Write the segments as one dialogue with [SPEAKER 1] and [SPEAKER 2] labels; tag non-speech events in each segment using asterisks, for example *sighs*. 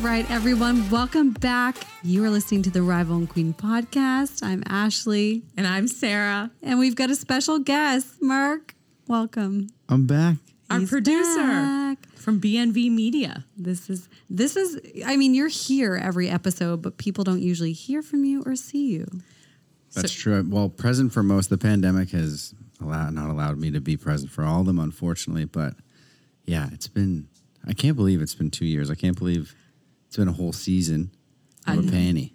[SPEAKER 1] right, everyone. Welcome back. You are listening to the Rival and Queen podcast. I'm Ashley,
[SPEAKER 2] And I'm Sarah,
[SPEAKER 1] and we've got a special guest, Mark. Welcome.
[SPEAKER 3] I'm back.
[SPEAKER 2] our
[SPEAKER 1] He's
[SPEAKER 2] producer
[SPEAKER 1] back.
[SPEAKER 2] from BNV Media.
[SPEAKER 1] This is this is I mean, you're here every episode, but people don't usually hear from you or see you.
[SPEAKER 3] That's true. Well, present for most. The pandemic has allowed not allowed me to be present for all of them, unfortunately. But yeah, it's been. I can't believe it's been two years. I can't believe it's been a whole season of a panty.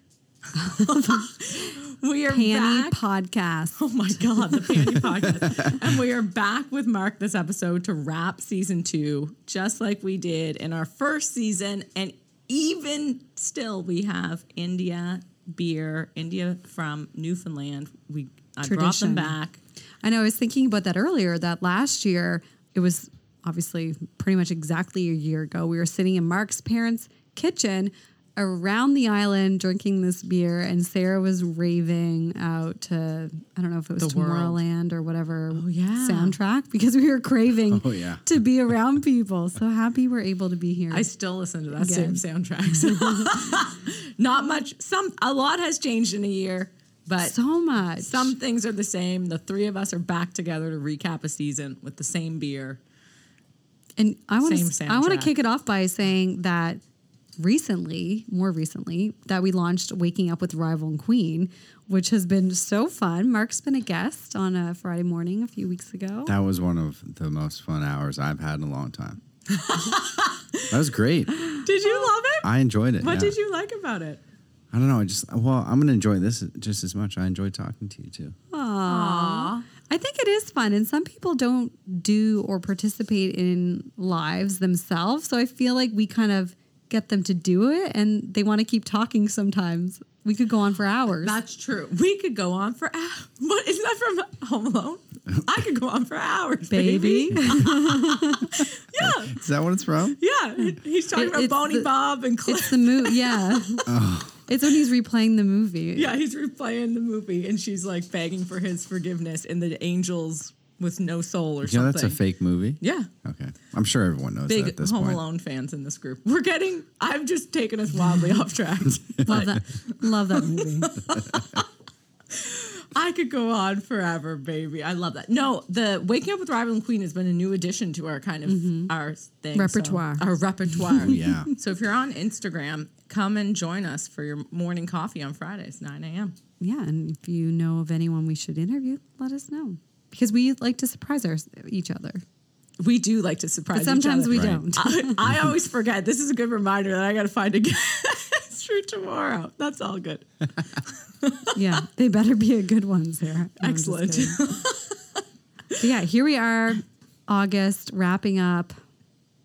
[SPEAKER 2] We are
[SPEAKER 1] Panny
[SPEAKER 2] back.
[SPEAKER 1] podcast.
[SPEAKER 2] oh my God, the Panty Podcast. *laughs* And we are back with Mark this episode to wrap season two, just like we did in our first season. And even still, we have India beer, India from Newfoundland. We I brought
[SPEAKER 1] Tradition.
[SPEAKER 2] them back.
[SPEAKER 1] I know I was thinking about that earlier that last year it was obviously pretty much exactly a year ago. We were sitting in Mark's parents' kitchen around the island drinking this beer and Sarah was raving out to I don't know if it was
[SPEAKER 2] The world. Oh,
[SPEAKER 1] Tomorrowland or whatever
[SPEAKER 2] yeah.
[SPEAKER 1] soundtrack because we were
[SPEAKER 2] *laughs*
[SPEAKER 1] craving
[SPEAKER 3] Oh, yeah.
[SPEAKER 1] to be around people. So happy we're able to be here.
[SPEAKER 2] I still listen to that
[SPEAKER 1] Again.
[SPEAKER 2] same soundtrack.
[SPEAKER 1] *laughs*
[SPEAKER 2] *laughs* not much. Some a lot has changed in a year, but
[SPEAKER 1] so much.
[SPEAKER 2] Some things are the same. The three of us are back together to recap a season with the same beer.
[SPEAKER 1] And I want to
[SPEAKER 2] Same
[SPEAKER 1] I want to
[SPEAKER 2] soundtrack.
[SPEAKER 1] kick it off by saying that recently, more recently, that we launched Waking Up with Rival and Queen, which has been so fun. Mark's been a guest on a Friday morning a few weeks ago.
[SPEAKER 3] That was one of the most fun hours I've had in a long
[SPEAKER 2] *laughs*
[SPEAKER 3] time. that was great.
[SPEAKER 2] Did you love it?
[SPEAKER 3] I enjoyed it.
[SPEAKER 2] what
[SPEAKER 3] yeah.
[SPEAKER 2] did you like about it?
[SPEAKER 3] I don't know. I just well, I'm gonna enjoy this just as much. I enjoyed talking to you too.
[SPEAKER 1] I think it is fun, and some people don't do or participate in lives themselves. So I feel like we kind of get them to do it, and they want to keep talking. Sometimes we could go on for hours.
[SPEAKER 2] That's true. We could go on for hours. What is that from Home Alone? I could go on for hours, baby.
[SPEAKER 1] Baby,
[SPEAKER 2] Yeah,
[SPEAKER 3] Is that what it's from?
[SPEAKER 2] yeah. He's talking
[SPEAKER 1] It-
[SPEAKER 2] about
[SPEAKER 1] it's
[SPEAKER 2] Boney
[SPEAKER 1] the-
[SPEAKER 2] Bob and Cliff.
[SPEAKER 1] it's the movie. Yeah, it's when he's replaying the movie.
[SPEAKER 2] Yeah, he's replaying the movie, and she's like begging for his forgiveness, and the angels with no soul or
[SPEAKER 3] Yeah,
[SPEAKER 2] something.
[SPEAKER 3] that's a fake movie.
[SPEAKER 2] Yeah.
[SPEAKER 3] Okay, I'm sure everyone knows that
[SPEAKER 2] Big
[SPEAKER 3] at this
[SPEAKER 2] Home
[SPEAKER 3] point.
[SPEAKER 2] Alone fans in this group. We're getting. I've just taken us wildly *laughs* off track.
[SPEAKER 1] Love
[SPEAKER 3] *laughs*
[SPEAKER 1] that. Love that movie.
[SPEAKER 2] I could go on forever, baby. I love that. No, the Waking Up with Rival and Queen has been a new addition to our kind of our thing so-
[SPEAKER 1] Mm-hmm. Repertoire.
[SPEAKER 2] our
[SPEAKER 1] *laughs*
[SPEAKER 2] repertoire.
[SPEAKER 3] Yeah.
[SPEAKER 2] So if you're on Instagram, come and join us for your morning coffee on Fridays, 9 a.m.
[SPEAKER 1] yeah, and if you know of anyone we should interview, let us know because we like to surprise our, each other.
[SPEAKER 2] We do like to surprise.
[SPEAKER 3] Uh,
[SPEAKER 1] But
[SPEAKER 2] each
[SPEAKER 1] sometimes
[SPEAKER 2] other.
[SPEAKER 1] we
[SPEAKER 3] Right.
[SPEAKER 1] don't.
[SPEAKER 2] I, *laughs* I always forget. This is a good reminder that I got to find a *laughs* guest for tomorrow. That's all good.
[SPEAKER 1] *laughs* yeah, they better be a good one, Sarah. No, I'm just
[SPEAKER 2] Excellent.
[SPEAKER 1] kidding. But yeah, here we are, August wrapping up.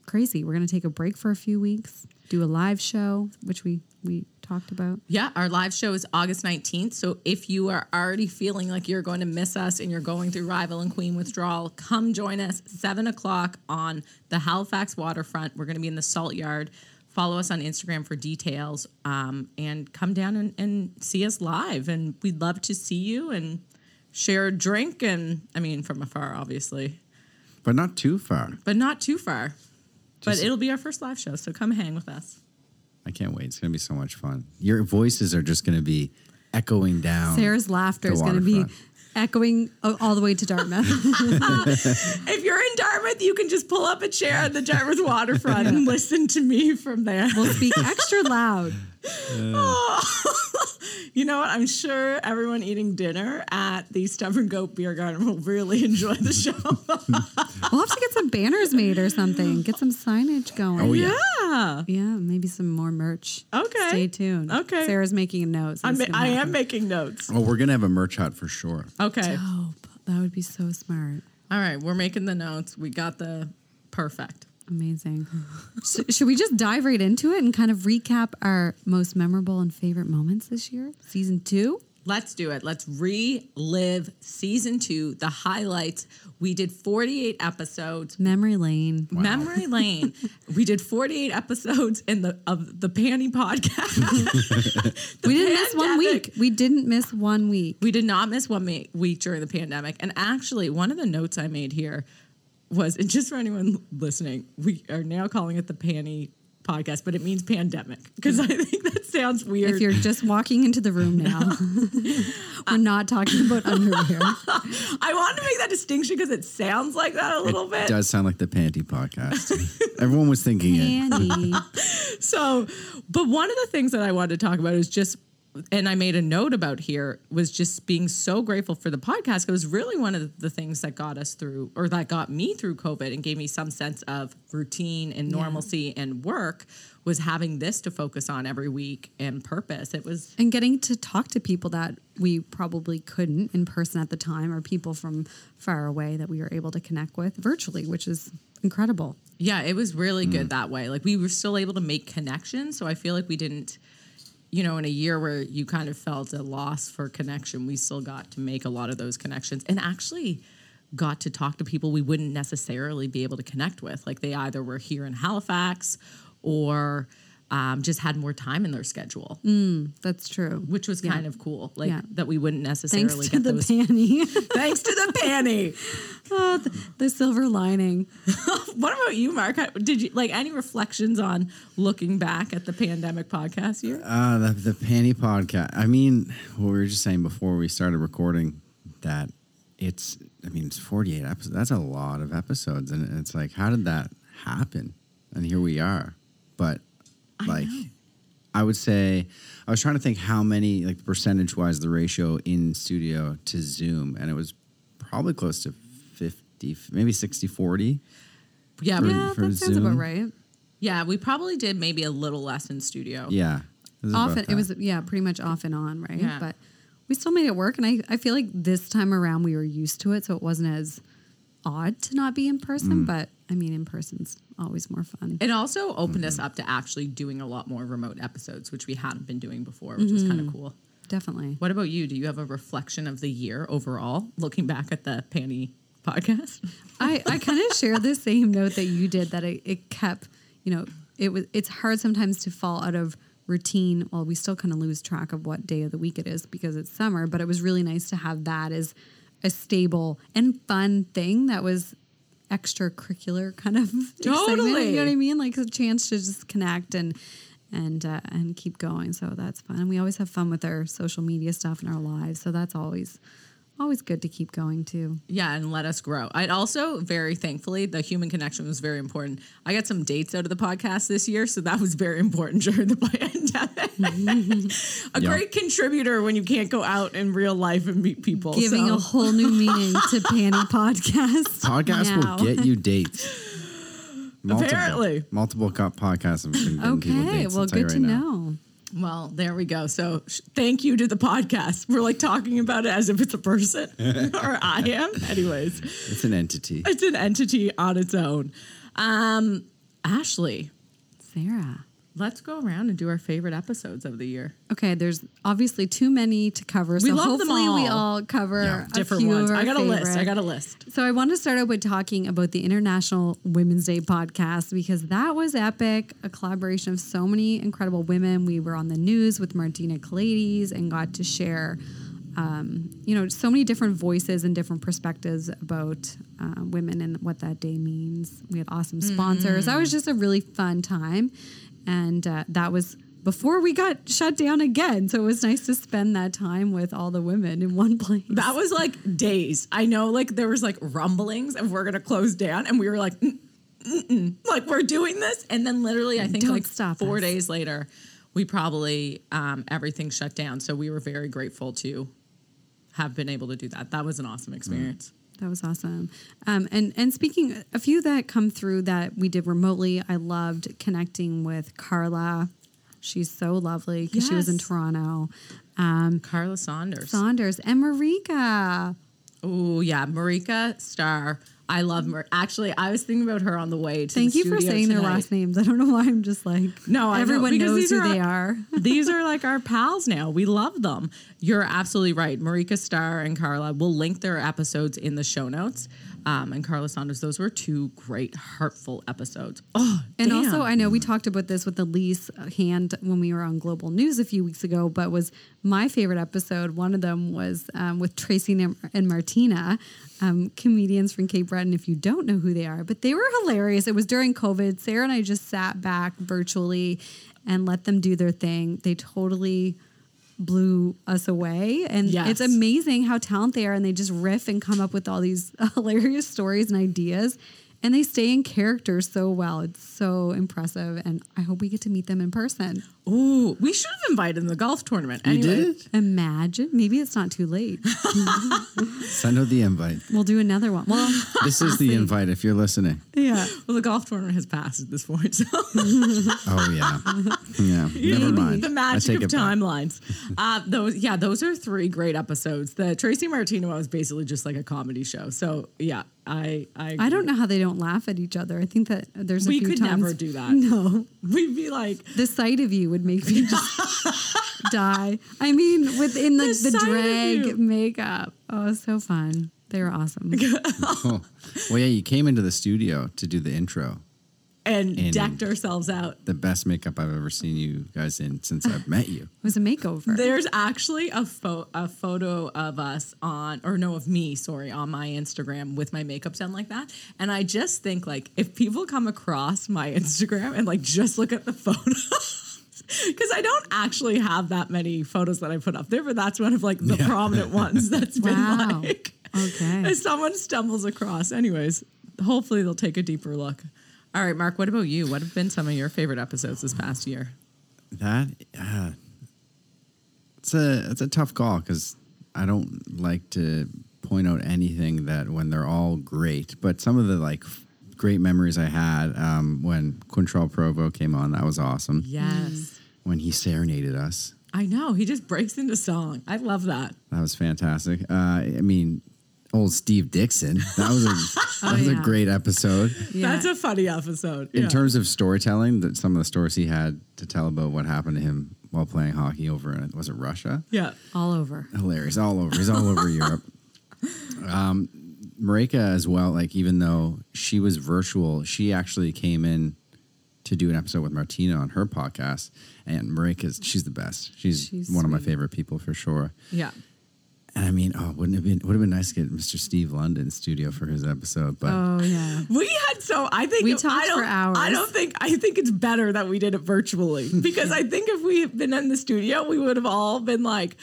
[SPEAKER 1] Crazy. We're gonna take a break for a few weeks, do a live show, which we we talked about.
[SPEAKER 2] Yeah, our live show is August 19th. So if you are already feeling like you're going to miss us and you're going through rival and queen withdrawal, come join us 7 o'clock on the Halifax waterfront. We're going to be in the salt yard. Follow us on Instagram for details um, and come down and, and see us live. And we'd love to see you and share a drink. And I mean, from afar, obviously,
[SPEAKER 3] but not too far.
[SPEAKER 2] but not too far. but
[SPEAKER 3] Just-
[SPEAKER 2] it'll be our first live show. So come hang with us.
[SPEAKER 3] I can't wait. It's gonna be so much fun. Your voices are just gonna be echoing down.
[SPEAKER 1] Sarah's laughter
[SPEAKER 3] Um, the
[SPEAKER 1] is gonna be
[SPEAKER 3] waterfront.
[SPEAKER 1] echoing a- all the way to Dartmouth.
[SPEAKER 3] *laughs*
[SPEAKER 2] If you're in Dartmouth, you can just pull up a chair on the Dartmouth waterfront and listen to me from there.
[SPEAKER 1] we'll speak extra loud.
[SPEAKER 2] You know what? I'm sure everyone eating dinner at the Stubborn Goat Beer Garden will really enjoy the *laughs* show.
[SPEAKER 1] We'll have to get some banners made or something. Get some signage going.
[SPEAKER 3] Oh yeah.
[SPEAKER 2] yeah.
[SPEAKER 1] Yeah, maybe some more merch.
[SPEAKER 2] Okay.
[SPEAKER 1] Stay tuned.
[SPEAKER 2] Okay.
[SPEAKER 1] Sarah's making a note. so
[SPEAKER 2] I'm,
[SPEAKER 1] it's gonna
[SPEAKER 2] I am
[SPEAKER 1] happen.
[SPEAKER 2] making notes.
[SPEAKER 3] Oh, we're gonna have a merch hut for sure.
[SPEAKER 2] Okay.
[SPEAKER 1] Dope. That would be so smart.
[SPEAKER 2] All right. We're making the notes. We got the perfect.
[SPEAKER 1] Amazing. *laughs* Sh- should we just dive right into it and kind of recap our most memorable and favorite moments this year? Season two?
[SPEAKER 2] Let's do it. Let's relive season two, the highlights. We did 48 episodes.
[SPEAKER 1] Memory lane.
[SPEAKER 2] Memory *laughs* lane. We did 48 episodes in the of the Panty podcast.
[SPEAKER 1] we didn't miss one
[SPEAKER 2] pandemic.
[SPEAKER 1] week. We didn't miss one week.
[SPEAKER 2] we did not miss one ma- week during the pandemic. And actually, one of the notes I made here was, and just for anyone listening, we are now calling it the Panty podcast, but it means pandemic because I think that sounds weird.
[SPEAKER 1] If you're just walking into the room
[SPEAKER 2] *laughs*
[SPEAKER 1] now, we're not talking about underwear.
[SPEAKER 2] I wanted to make that distinction because it sounds like that a little bit.
[SPEAKER 3] It does sound like the panty podcast.
[SPEAKER 1] *laughs*
[SPEAKER 3] Everyone was thinking it.
[SPEAKER 1] Andy,
[SPEAKER 2] So, but one of the things that I wanted to talk about is just, and I made a note about here was just being so grateful for the podcast. It was really one of the things that got us through, or that got me through COVID and gave me some sense of routine and normalcy and work was having this to focus on every week and purpose. It was
[SPEAKER 1] and getting to talk to people that we probably couldn't in person at the time, or people from far away that we were able to connect with virtually, which is incredible.
[SPEAKER 2] Yeah, it was really good that way. Like we were still able to make connections, so I feel like we didn't you know, in a year where you kind of felt a loss for connection, we still got to make a lot of those connections and actually got to talk to people we wouldn't necessarily be able to connect with. Like they either were here in Halifax or um, just had more time in their schedule,
[SPEAKER 1] That's true.
[SPEAKER 2] which was kind of cool. Like
[SPEAKER 1] Yeah.
[SPEAKER 2] that we wouldn't
[SPEAKER 1] Thanks
[SPEAKER 2] necessarily
[SPEAKER 1] to
[SPEAKER 2] get
[SPEAKER 1] the
[SPEAKER 2] those.
[SPEAKER 1] panty,
[SPEAKER 2] Thanks to the
[SPEAKER 1] *laughs*
[SPEAKER 2] panty.
[SPEAKER 1] oh, the, the silver lining.
[SPEAKER 2] *laughs* What about you, Mark? How- Did you like any reflections on looking back at the pandemic podcast year?
[SPEAKER 3] Uh, the, the panty podcast. I mean, what we were just saying before we started recording that it's, I mean, it's 48 episodes. That's a lot of episodes. And it's like, how did that happen? And here we are. But like, I would say, I was trying to think how many, like percentage wise, the ratio in studio to Zoom. And it was probably close to 50, maybe 60, 40.
[SPEAKER 2] yeah, we-
[SPEAKER 1] Yeah,
[SPEAKER 3] for
[SPEAKER 1] that sounds about
[SPEAKER 3] Zoom.
[SPEAKER 1] right.
[SPEAKER 2] yeah, we probably did maybe a little less in studio.
[SPEAKER 3] Yeah. It was about
[SPEAKER 1] Often it
[SPEAKER 3] that.
[SPEAKER 1] was yeah, pretty much off and on, right?
[SPEAKER 2] Yeah.
[SPEAKER 1] But we still made it work, and I I feel like this time around we were used to it, so it wasn't as odd to not be in
[SPEAKER 3] Mm.
[SPEAKER 1] person. But I mean, in person's always more fun.
[SPEAKER 2] It also opened
[SPEAKER 3] Mm-hmm.
[SPEAKER 2] us up to actually doing a lot more remote episodes, which we hadn't been doing before, which is kind of cool.
[SPEAKER 1] Definitely.
[SPEAKER 2] What about you? Do you have a reflection of the year overall, looking back at the panty podcast?
[SPEAKER 1] I, I kind of share the same note that you did that it, it kept, you know, it was it's hard sometimes to fall out of routine. Well, we still kind of lose track of what day of the week it is because it's summer, but it was really nice to have that as a stable and fun thing that was extracurricular kind of *laughs* excitement,
[SPEAKER 2] Totally.
[SPEAKER 1] you know what I mean? Like a chance to just connect and and uh, and keep going. So that's fun. And we always have fun with our social media stuff and our lives. So that's always always good to keep going too.
[SPEAKER 2] Yeah, and let us grow. I also very thankfully the human connection was very important. I got some dates out of the podcast this year, so that was very important *laughs* during the *laughs* pandemic. a
[SPEAKER 3] Yeah.
[SPEAKER 2] great contributor when you can't go out in real life and meet people.
[SPEAKER 1] giving
[SPEAKER 2] so-
[SPEAKER 1] a whole
[SPEAKER 3] *laughs*
[SPEAKER 1] new meaning to panty podcast.
[SPEAKER 3] Podcasts
[SPEAKER 1] now.
[SPEAKER 3] will get
[SPEAKER 1] *laughs*
[SPEAKER 3] you dates. Multiple,
[SPEAKER 2] Apparently.
[SPEAKER 3] multiple co- podcasts have been getting people
[SPEAKER 1] Okay,
[SPEAKER 3] dates.
[SPEAKER 1] well,
[SPEAKER 3] I'll tell you
[SPEAKER 1] good to
[SPEAKER 3] right now.
[SPEAKER 1] know.
[SPEAKER 2] Well, there we go. So, sh- thank you to the podcast. We're like talking about it as if it's a person, *laughs* or I am. Anyways,
[SPEAKER 3] It's an entity.
[SPEAKER 2] it's an entity on its own. Um, Ashley,
[SPEAKER 1] Sarah.
[SPEAKER 2] let's go around and do our favorite episodes of the year.
[SPEAKER 1] Okay, there's obviously too many to cover. So
[SPEAKER 2] We love them
[SPEAKER 1] hopefully we
[SPEAKER 2] all.
[SPEAKER 1] all cover
[SPEAKER 3] Yeah.
[SPEAKER 1] a
[SPEAKER 2] Different
[SPEAKER 1] few
[SPEAKER 2] ones.
[SPEAKER 1] Of our
[SPEAKER 2] I got a list. I
[SPEAKER 1] favorite.
[SPEAKER 2] got a list.
[SPEAKER 1] So I want to start out with talking about the International Women's Day podcast because that was epic, a collaboration of so many incredible women. We were on the news with Martina Calades and got to share, um, you know, so many different voices and different perspectives about uh, women and what that day means. We had awesome sponsors. That was just a really fun time, and uh, that was. Before we got shut down again. So it was nice to spend that time with all the women in one place.
[SPEAKER 2] That was like days. I know, like there was like rumblings, and we're gonna close down, and we were like, "Mm, mm, mm." like we're doing this, and then literally, I think
[SPEAKER 1] Don't
[SPEAKER 2] like
[SPEAKER 1] stop
[SPEAKER 2] four
[SPEAKER 1] us.
[SPEAKER 2] days later, we probably um, everything shut down. So we were very grateful to have been able to do that. That was an awesome experience.
[SPEAKER 1] That was awesome. Um, and and speaking a few that come through that we did remotely, I loved connecting with Carla. She's so lovely because she was in
[SPEAKER 2] Yes.
[SPEAKER 1] Toronto.
[SPEAKER 2] Carla Saunders.
[SPEAKER 1] Mm. Saunders and Marika.
[SPEAKER 2] oh yeah, Marika Starr. I love Mar. Actually, I was thinking about her on the way to.
[SPEAKER 1] Thank
[SPEAKER 2] the
[SPEAKER 1] you for
[SPEAKER 2] studio
[SPEAKER 1] saying their
[SPEAKER 2] tonight.
[SPEAKER 1] last names. I don't know why I'm just like
[SPEAKER 2] No, I know,
[SPEAKER 1] everyone
[SPEAKER 2] because
[SPEAKER 1] knows
[SPEAKER 2] these
[SPEAKER 1] who
[SPEAKER 2] are
[SPEAKER 1] they are.
[SPEAKER 2] our- *laughs* These are like our pals now. We love them. You're absolutely right. Marika Starr and Carla will link their episodes in the show notes. um, and Carla Saunders. Those were two great, heartful episodes. Oh,
[SPEAKER 1] And
[SPEAKER 2] damn.
[SPEAKER 1] also, I know we talked about this with the lease hand when we were on Global News a few weeks ago, but was my favorite episode. One of them was um, with Tracy and and Martina, um, comedians from Cape Breton, if you don't know who they are, but they were hilarious. It was during COVID. Sarah and I just sat back virtually and let them do their thing. They totally blew us away and
[SPEAKER 2] Yes.
[SPEAKER 1] it's amazing how talented they are and they just riff and come up with all these *laughs* hilarious stories and ideas and they stay in character so well it's so impressive and i hope we get to meet them in person
[SPEAKER 2] Ooh, we should have invited the golf tournament.
[SPEAKER 3] You
[SPEAKER 2] Anyway,
[SPEAKER 3] did it?
[SPEAKER 1] imagine maybe it's not too late
[SPEAKER 3] Send out the invite.
[SPEAKER 1] we'll do another one well
[SPEAKER 2] *laughs*
[SPEAKER 3] This
[SPEAKER 1] *laughs*
[SPEAKER 3] is the invite if you're listening.
[SPEAKER 1] yeah
[SPEAKER 2] Well, the golf tournament has passed at this point, *laughs* so
[SPEAKER 3] Oh yeah,
[SPEAKER 1] *laughs*
[SPEAKER 3] yeah. Never mind.
[SPEAKER 2] the
[SPEAKER 3] I
[SPEAKER 2] magic
[SPEAKER 3] take
[SPEAKER 2] of
[SPEAKER 3] it back.
[SPEAKER 2] timelines. Uh, those, yeah, those are three great episodes. The Tracy Martino one was basically just like a comedy show. So yeah, I, I,
[SPEAKER 1] i don't know how they don't laugh at each other i think that there's a
[SPEAKER 2] We
[SPEAKER 1] few
[SPEAKER 2] could
[SPEAKER 1] times
[SPEAKER 2] never do *laughs* that.
[SPEAKER 1] no
[SPEAKER 2] We'd be like
[SPEAKER 1] the sight of you would make
[SPEAKER 2] *laughs*
[SPEAKER 1] me just die i mean within the,
[SPEAKER 2] The
[SPEAKER 1] the,
[SPEAKER 2] sight of you.
[SPEAKER 1] drag makeup oh so fun they were
[SPEAKER 2] *laughs*
[SPEAKER 1] awesome
[SPEAKER 3] Oh. Well, yeah, you came into the studio to do the intro.
[SPEAKER 2] and
[SPEAKER 3] And-
[SPEAKER 2] decked ourselves out.
[SPEAKER 3] The best makeup I've ever seen you guys in since I've met you.
[SPEAKER 1] It was a makeover.
[SPEAKER 2] There's actually a, pho- a photo of us on, or no, of me, sorry, on my Instagram with my makeup done like that. And I just think, like, if people come across my Instagram and, like, just look at the *laughs* photos, because I don't actually have that many photos that I put up there, but that's one of, like, the
[SPEAKER 3] Yeah.
[SPEAKER 2] prominent ones that's
[SPEAKER 1] Wow.
[SPEAKER 2] been, like,
[SPEAKER 1] Okay.
[SPEAKER 2] if someone stumbles across. Anyways, hopefully they'll take a deeper look. All right, Mark, what about you? What have been some of your favorite episodes this past year?
[SPEAKER 3] That uh, it's a it's a tough call because I don't like to point out anything that when they're all great, but some of the like f- great memories I had um, when Quintrell Provo came on, that was awesome.
[SPEAKER 2] Yes.
[SPEAKER 3] When he serenaded us,
[SPEAKER 2] I know. He just breaks into song. I love that.
[SPEAKER 3] that was fantastic. Uh, I mean, old Steve Dixon, *laughs* that was a that was a
[SPEAKER 1] yeah.
[SPEAKER 3] great episode.
[SPEAKER 1] Yeah.
[SPEAKER 2] *laughs* That's a funny episode.
[SPEAKER 3] in
[SPEAKER 2] Yeah.
[SPEAKER 3] terms of storytelling, that some of the stories he had to tell about what happened to him while playing hockey over in was it Russia?
[SPEAKER 2] yeah.
[SPEAKER 1] all over.
[SPEAKER 3] Hilarious, all over. He's all
[SPEAKER 1] *laughs*
[SPEAKER 3] over Europe. Um, Marika as well. Like even though she was virtual, she actually came in to do an episode with Martina on her podcast. And Marika's she's the best. She's,
[SPEAKER 1] She's
[SPEAKER 3] one of my
[SPEAKER 1] sweet.
[SPEAKER 3] favorite people for sure.
[SPEAKER 2] Yeah.
[SPEAKER 3] And I mean, oh, wouldn't it been would have been nice to get Mr. Steve London studio for his episode, but.
[SPEAKER 1] Oh yeah.
[SPEAKER 2] We had so I think
[SPEAKER 1] We
[SPEAKER 2] if-
[SPEAKER 1] talked
[SPEAKER 2] I don't,
[SPEAKER 1] for hours.
[SPEAKER 2] I don't think I think it's better that we did
[SPEAKER 1] *laughs*
[SPEAKER 2] it virtually because I think if we had been in the studio, we would have all been like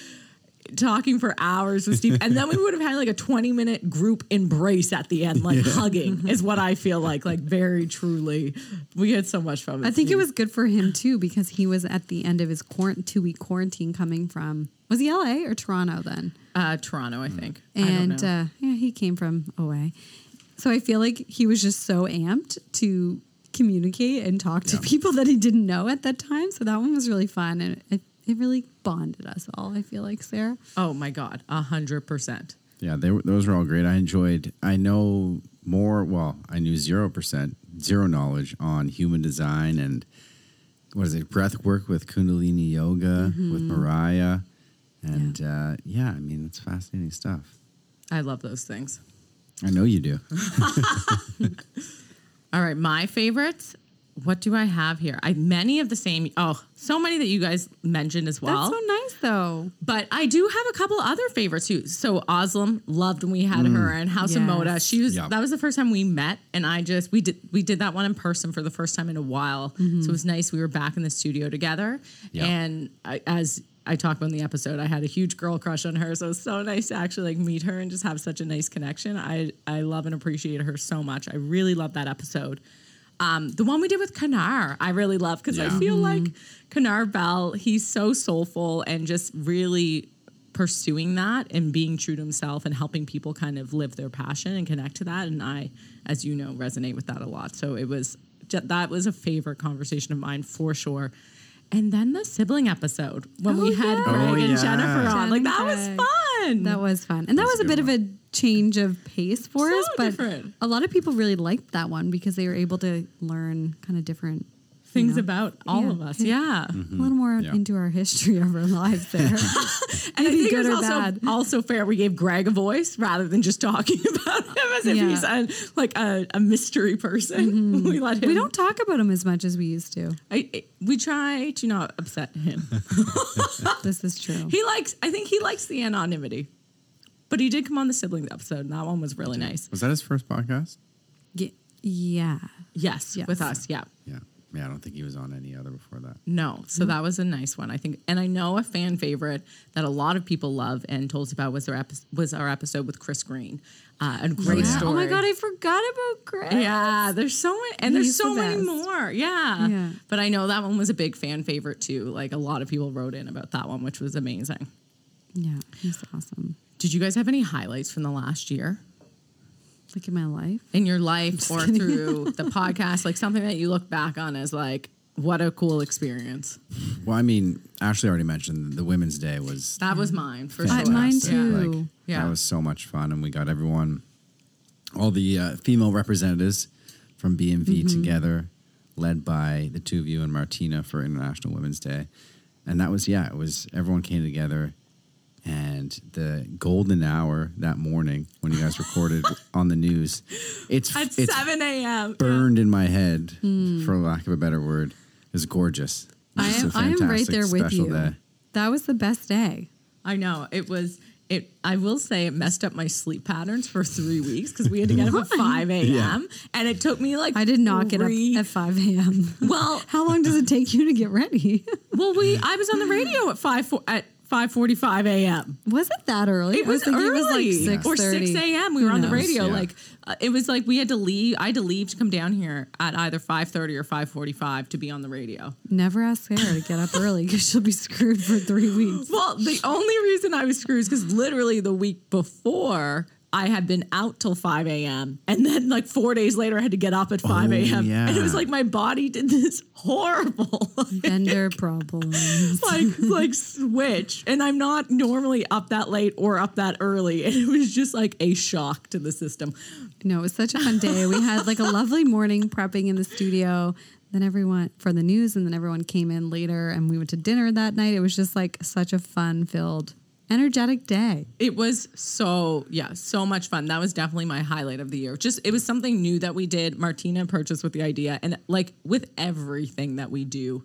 [SPEAKER 2] talking for hours with Steve, and then we would have had like a twenty minute group embrace at the end, like hugging is what I feel like. Like very truly, we had so much fun. With
[SPEAKER 1] I think it
[SPEAKER 2] Steve.
[SPEAKER 1] was good for him too because he was at the end of his quarant- two week quarantine coming from was he LA or Toronto then?
[SPEAKER 2] uh, Toronto. I think I don't
[SPEAKER 1] And
[SPEAKER 2] know.
[SPEAKER 1] uh, yeah, he came from OA. So I feel like he was just so amped to communicate and talk to people that he didn't know at that time. So that one was really fun and it, it really bonded us all, I feel like, Sarah.
[SPEAKER 2] oh my god, a hundred percent.
[SPEAKER 3] Yeah, they were, those were all great. I enjoyed. I know more. Well, I knew zero percent, zero knowledge on human design and what is it, breath work with Kundalini yoga with Mariah, and yeah. Uh, yeah, I mean it's fascinating stuff.
[SPEAKER 2] I love those things.
[SPEAKER 3] I know you do.
[SPEAKER 2] All right, my favorites. What do I have here? I many of the same. Oh, so many that you guys mentioned as well.
[SPEAKER 1] That's so nice though.
[SPEAKER 2] But I do have a couple other favorites too. So Oslam loved when we had her and House of
[SPEAKER 1] Yes.
[SPEAKER 2] Moda. She was
[SPEAKER 3] Mm. Yeah.
[SPEAKER 2] that was the first time we met, and I just we did we did that one in person for the first time in a while. So it was nice. We were back in the studio together,
[SPEAKER 3] Mm-hmm. Yeah.
[SPEAKER 2] and I, as I talked about in the episode, I had a huge girl crush on her. So it was so nice to actually like meet her and just have such a nice connection. I I love and appreciate her so much. I really love that episode. Um, the one we did with Kanar, I really love because I
[SPEAKER 3] Yeah.
[SPEAKER 2] feel like
[SPEAKER 1] Mm-hmm.
[SPEAKER 2] Kanar Bell, he's so soulful and just really pursuing that and being true to himself and helping people kind of live their passion and connect to that. And I, as you know, resonate with that a lot. So it was ju- that was a favorite conversation of mine for sure. And then the sibling episode when we
[SPEAKER 1] Oh,
[SPEAKER 2] had
[SPEAKER 1] yeah.
[SPEAKER 2] Greg
[SPEAKER 3] Oh,
[SPEAKER 2] and
[SPEAKER 3] yeah.
[SPEAKER 2] Jennifer on,
[SPEAKER 1] Jen
[SPEAKER 2] like
[SPEAKER 1] and
[SPEAKER 2] that was
[SPEAKER 1] Greg.
[SPEAKER 2] fun.
[SPEAKER 1] That was fun. And that was a
[SPEAKER 3] a
[SPEAKER 1] bit of
[SPEAKER 3] good
[SPEAKER 1] a change of pace for
[SPEAKER 2] So
[SPEAKER 1] us, but
[SPEAKER 2] different.
[SPEAKER 1] a lot of people really liked that one because they were able to learn kind of different
[SPEAKER 4] things
[SPEAKER 1] know?
[SPEAKER 4] about all
[SPEAKER 1] Yeah.
[SPEAKER 4] of us.
[SPEAKER 2] Yeah.
[SPEAKER 1] a little more
[SPEAKER 3] Mm-hmm. Yeah.
[SPEAKER 1] into our history of our lives there.
[SPEAKER 3] *laughs*
[SPEAKER 2] And I
[SPEAKER 1] Maybe
[SPEAKER 2] think
[SPEAKER 1] good
[SPEAKER 2] it was
[SPEAKER 1] or
[SPEAKER 2] also,
[SPEAKER 1] bad.
[SPEAKER 2] also fair we gave Greg a voice rather than just talking *laughs* about him as if
[SPEAKER 1] Yeah.
[SPEAKER 2] he's a, like a, a mystery person. *laughs* Mm-hmm. We let him.
[SPEAKER 1] we don't talk about him as much as we used to.
[SPEAKER 2] I, I- we try to not upset him.
[SPEAKER 1] This is true.
[SPEAKER 2] *laughs* he likes. I think he likes the anonymity. But he did come on the siblings episode, and that one was really nice.
[SPEAKER 3] Was that his first podcast?
[SPEAKER 1] Ye- Yeah.
[SPEAKER 2] Yes,
[SPEAKER 1] Yes.
[SPEAKER 2] with us, yeah.
[SPEAKER 3] Yeah. Yeah, I don't think he was on any other before that.
[SPEAKER 2] No, so that was a nice one, I think. And I know a fan favorite that a lot of people love and told us about was our epi- was our episode with Chris Green. Uh, a great
[SPEAKER 3] Yeah.
[SPEAKER 2] story.
[SPEAKER 1] Oh my God, I forgot about Greg.
[SPEAKER 2] Yeah, there's so many, and there's
[SPEAKER 1] He's the
[SPEAKER 2] so many
[SPEAKER 1] best.
[SPEAKER 2] more. Yeah.
[SPEAKER 1] Yeah.
[SPEAKER 2] But I know that one was a big fan favorite too. Like a lot of people wrote in about that one, which was amazing.
[SPEAKER 1] Yeah. He's awesome.
[SPEAKER 2] Did you guys have any highlights from the last year
[SPEAKER 1] Like in my life.
[SPEAKER 2] in your life or through
[SPEAKER 1] *laughs*
[SPEAKER 2] the podcast? Like something that you look back on as like, what a cool experience.
[SPEAKER 3] Well, I mean, Ashley already mentioned the Women's Day was
[SPEAKER 2] That was mine for
[SPEAKER 1] I-
[SPEAKER 2] sure.
[SPEAKER 1] mine
[SPEAKER 3] fantastic.
[SPEAKER 1] too.
[SPEAKER 3] Like,
[SPEAKER 2] Yeah.
[SPEAKER 3] That was so much fun. And we got everyone, all the uh, female representatives from BMV
[SPEAKER 1] Mm-hmm.
[SPEAKER 3] together, led by the two of you and Martina for International Women's Day. And that was, yeah, it was everyone came together. And the golden hour that morning when you guys
[SPEAKER 1] *laughs*
[SPEAKER 3] recorded on the news, it's
[SPEAKER 2] At
[SPEAKER 3] it's
[SPEAKER 2] 7 a.m.
[SPEAKER 3] burned in my head, for lack of a better word. It's gorgeous. It
[SPEAKER 1] Hmm. I
[SPEAKER 3] was
[SPEAKER 1] am,
[SPEAKER 3] just a
[SPEAKER 1] I am right
[SPEAKER 3] fantastic,
[SPEAKER 1] there with
[SPEAKER 3] special
[SPEAKER 1] you.
[SPEAKER 3] day.
[SPEAKER 1] That was the best day.
[SPEAKER 2] I know it was. It. I will say it messed up my sleep patterns for three weeks because we had to get up at five a.m. and it took me like
[SPEAKER 1] I did not get up
[SPEAKER 2] three-
[SPEAKER 1] at 5 a.m.
[SPEAKER 2] Well,
[SPEAKER 1] *laughs* How long does it take you to get ready?
[SPEAKER 2] well, we. I was on the radio at five fo- at five forty five a.m.
[SPEAKER 1] Was it that early?
[SPEAKER 2] It was
[SPEAKER 1] I was
[SPEAKER 2] early,
[SPEAKER 1] thinking It was like 6
[SPEAKER 2] or six a.m. We were on the
[SPEAKER 1] knows?
[SPEAKER 2] radio.
[SPEAKER 3] Yeah.
[SPEAKER 2] Like uh, it was like we had to leave. I had to leave to come down here at either five thirty or five forty five to be on the radio.
[SPEAKER 1] Never ask Sarah to get up early because she'll be screwed for
[SPEAKER 2] *laughs*
[SPEAKER 1] three weeks.
[SPEAKER 2] Well, the only reason I was screwed is because literally the week before I had been out till 5 a.m. And then like four days later I had to get up at 5
[SPEAKER 3] Oh,
[SPEAKER 2] a.m. And it was
[SPEAKER 3] yeah.
[SPEAKER 2] like my body did this *laughs* horrible
[SPEAKER 1] Gender problems.
[SPEAKER 2] *laughs* like like switch. And I'm not normally up that late or up that early. *laughs* And it was just like a shock to the system.
[SPEAKER 1] No, it was such a fun day. We had like a lovely morning prepping in the studio. Then everyone for the news, and then everyone came in later, and we went to dinner that night. It was just like such a fun filled, energetic day.
[SPEAKER 2] It was so yeah, so much fun. That was definitely my highlight of the year. Just it was something new that we did. Martina approached us with the idea, and like with everything that we do,